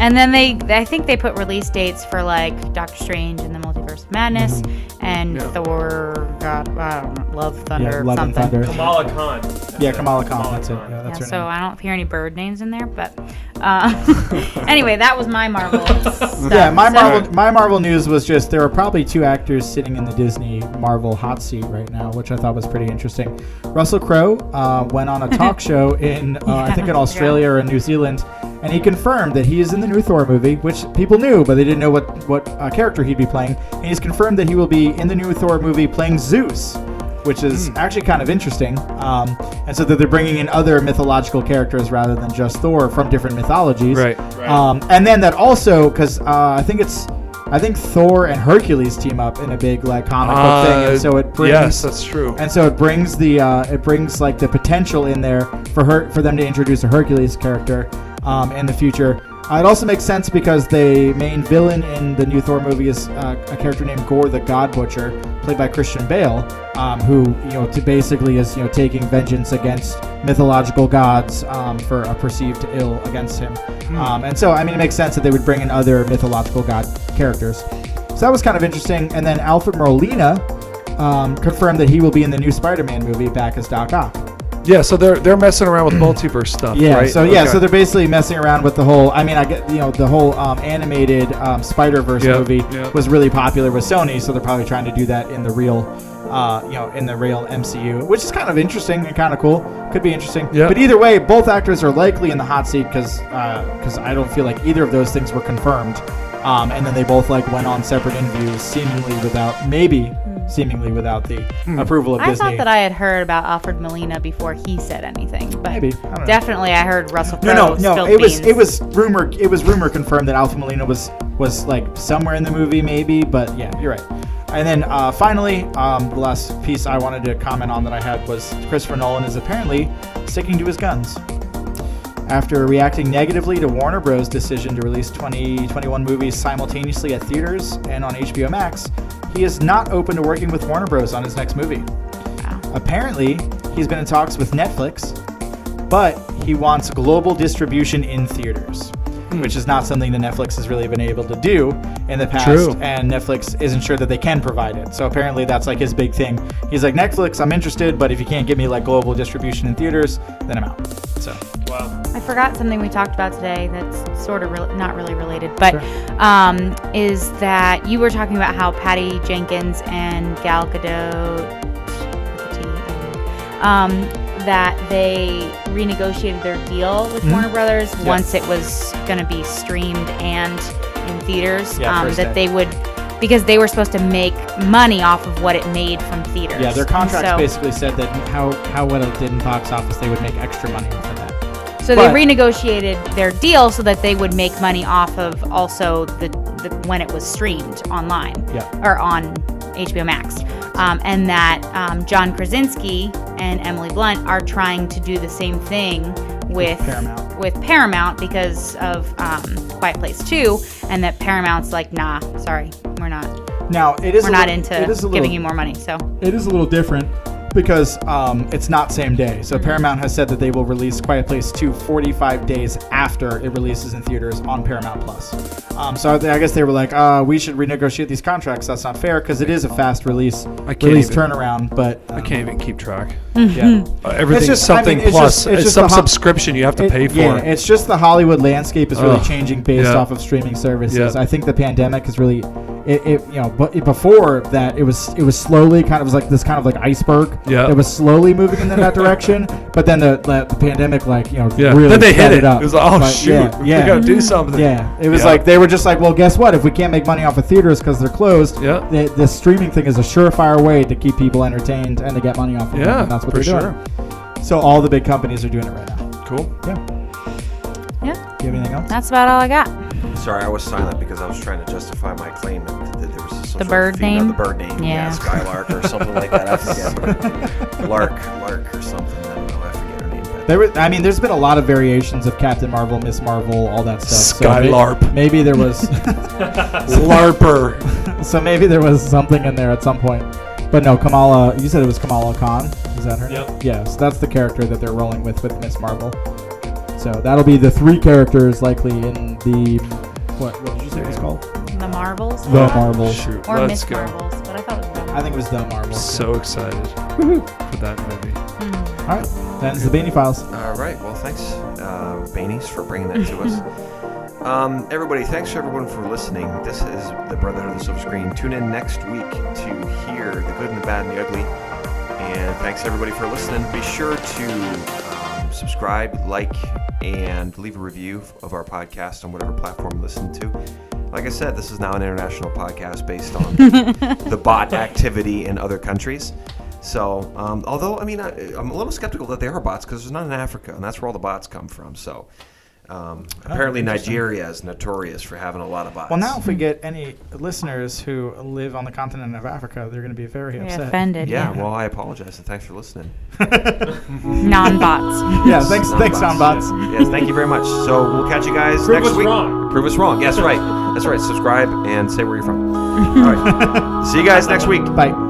And then they, I think they put release dates for like Doctor Strange and the Multiverse of Madness and
Yeah.
Thor, God, I don't know, Love Thunder,
Mm-hmm. yeah, Love and
something.
Thunder.
Kamala Khan.
Yeah, Kamala Khan. That's it. Yeah,
Yeah,
that's her
so
name.
I don't hear any bird names in there, but uh, anyway, that was my Marvel. stuff.
Yeah, my
So-
Marvel, my Marvel news was just there are probably two actors sitting in the Disney Marvel hot seat right now, which I thought was pretty interesting. Russell Crowe uh, went on a talk show in, uh, I think, in
Yeah.
Australia or in New Zealand, and he confirmed that he is in the new Thor movie, which people knew, but they didn't know what what uh, character he'd be playing. And he's confirmed that he will be in the new Thor movie playing Zeus. Which is
Hmm.
actually kind of interesting, um, and so that they're bringing in other mythological characters rather than just Thor from different mythologies.
Right.
Um, and then that also because uh, I think it's I think Thor and Hercules team up in a big like comic book thing, and so
Uh,
it brings
yes, that's true.
and so it brings the uh, it brings like the potential in there for her for them to introduce a Hercules character um, in the future. Uh, it also makes sense because the main villain in the new Thor movie is uh, a character named Gore the God Butcher, played by Christian Bale, um, who you know to basically is you know taking vengeance against mythological gods um, for a perceived ill against him. Um, and so I mean it makes sense that they would bring in other mythological god characters. So that was kind of interesting. And then Alfred Molina, um, confirmed that he will be in the new Spider-Man movie back as Doc Ock.
yeah, so they're they're messing around with multiverse stuff.
Yeah.
Right?
So yeah.
Okay.
So they're basically messing around with the whole. I mean, I get you know the whole um, animated um, Spider-Verse
Yeah,
movie
yeah.
was really popular with Sony, so they're probably trying to do that in the real, uh, you know, in the real MCU, which is kind of interesting and kind of cool. Could be interesting.
Yeah.
But either way, both actors are likely in the hot seat because because I don't feel like either of those things were confirmed. Um, and then they both like went on separate interviews, seemingly without maybe seemingly without the approval of
Hmm. I
Disney.
thought that I had heard about Alfred Molina before he said anything, but
Maybe. I don't know.
definitely I heard Russell Crowe.
No, no, no.
spilled
It was
beans.
it was rumor it was rumor confirmed that Alpha Molina was was like somewhere in the movie maybe, but yeah, you're right. And then uh, finally, um, the last piece I wanted to comment on that I had was Christopher Nolan is apparently sticking to his guns. After reacting negatively to Warner Bros.' decision to release 2021 movies simultaneously at theaters and on HBO Max, he is not open to working with Warner Bros. on his next movie. Apparently, he's been in talks with Netflix, but he wants global distribution in theaters, which is not something that Netflix has really been able to do in the past.
True.
And Netflix isn't sure that they can provide it. So apparently, that's like his big thing. He's like, Netflix, I'm interested, but if you can't give me like global distribution in theaters, then I'm out. So
Wow.
I forgot something we talked about today that's sort of re- not really related, but
Sure.
um, is that you were talking about how Patty Jenkins and Gal Gadot, with a T, I don't know, um, that they renegotiated their deal with
Mm-hmm.
Warner Brothers once it was going to be streamed and in theaters,
Yeah,
um,
first
that
day.
they would. Because they were supposed to make money off of what it made from theaters.
Yeah, their
And
contracts
so-
basically said that how how well it did in box office, they would make extra money off of that.
So
But-
they renegotiated their deal so that they would make money off of also the, the when it was streamed online
Yeah.
or on HBO Max, um, and that um, John Krasinski and Emily Blunt are trying to do the same thing with
Paramount.
with Paramount because of um, Quiet Place Two, and that Paramount's like, nah, sorry, we're not,
Now it is
we're
a
not
little-
into
it is a
giving
little-
you more money. So
It is a little different because um, it's not same day. So Paramount has said that they will release Quiet Place 2 45 days after it releases in theaters on Paramount Plus. Um, so I, I guess they were like, uh, we should renegotiate these contracts. That's not fair because it is a fast release
can't
release
even-
turnaround. But um,
I can't even keep track.
Yeah.
Uh, everything's
just- I mean,
something
Mm. it's
plus.
just-
it's
it's just
some
the hot-
subscription you have to
It-
pay for.
Yeah, it's just the Hollywood landscape is really
Ugh.
changing based
Yeah.
off of streaming services.
Yeah.
I think the pandemic has really, it, it you know, but before that it was it was slowly kind of was like this kind of like iceberg.
Yeah.
that was slowly moving in that direction, but then the, the the pandemic like you know
yeah.
really
then they hit
sped
it.
up.
It was like, oh
But
shoot,
yeah,
we gotta
yeah.
do something.
Yeah, it was
Yeah.
like they were just like, well, guess what? If we can't make money off of theaters because they're closed,
Yeah.
the, the streaming thing is a surefire way to keep people entertained and to get money off of them.
Yeah,
and that's what
for
they're
sure.
doing. So all the big companies are doing it right now.
Cool.
Yeah.
yeah,
Do you have anything else?
that's about all I got.
Sorry, I was silent because I was trying to justify my claim that, that there was some sort of
bird
female-
name?
the bird name, yeah.
Yeah.
Skylark or something like that. I forget. Lark, Lark or something. I don't know. I forget her name. But
There were, I mean, there's been a lot of variations of Captain Marvel, Miss Marvel, all that stuff. So may-
Skylarp.
maybe there was,
Larper.
so maybe there was something in there at some point. But no, Kamala. You said it was Kamala Khan. Is that her?
Yep.
Yeah. So that's the character that they're rolling with with Miss Marvel. So that'll be the three characters likely in the what? What did you say it was called?
The Marvels,
The Marvel.
Shoot,
or
let's
Miss
go.
Marvels, but I thought it was.
I think it was the Marvel.
So excited for that movie.
All right. That ends the Beanie Files.
All right. Well, thanks, uh, Bainies, for bringing that to us. Um, everybody, thanks for everyone for listening. This is the Brotherhood of the Silver Screen. Tune in next week to hear the good and the bad and the ugly. And thanks everybody for listening. Be sure to um, subscribe, like, and leave a review of our podcast on whatever platform you listen to. Like I said, this is now an international podcast based on the bot activity in other countries. So, um, although I mean, I, I'm a little skeptical that they are bots because there's none in Africa, and that's where all the bots come from. So, um, apparently, Nigeria is notorious for having a lot of bots.
Oh, Well, now if we get any listeners who live on the continent of Africa, they're going to be very
Yeah,
upset.
offended.
yeah. Well, I apologize and thanks for listening.
Non-bots.
Yeah, thanks, thanks,
Soundbots.
Soundbots.
Yes, thank you very much. So we'll catch you guys
Prove
next
us
week.
wrong.
Prove us wrong. Yes, right. That's right. Subscribe and say where you're from. All right. See you guys next week.
Bye.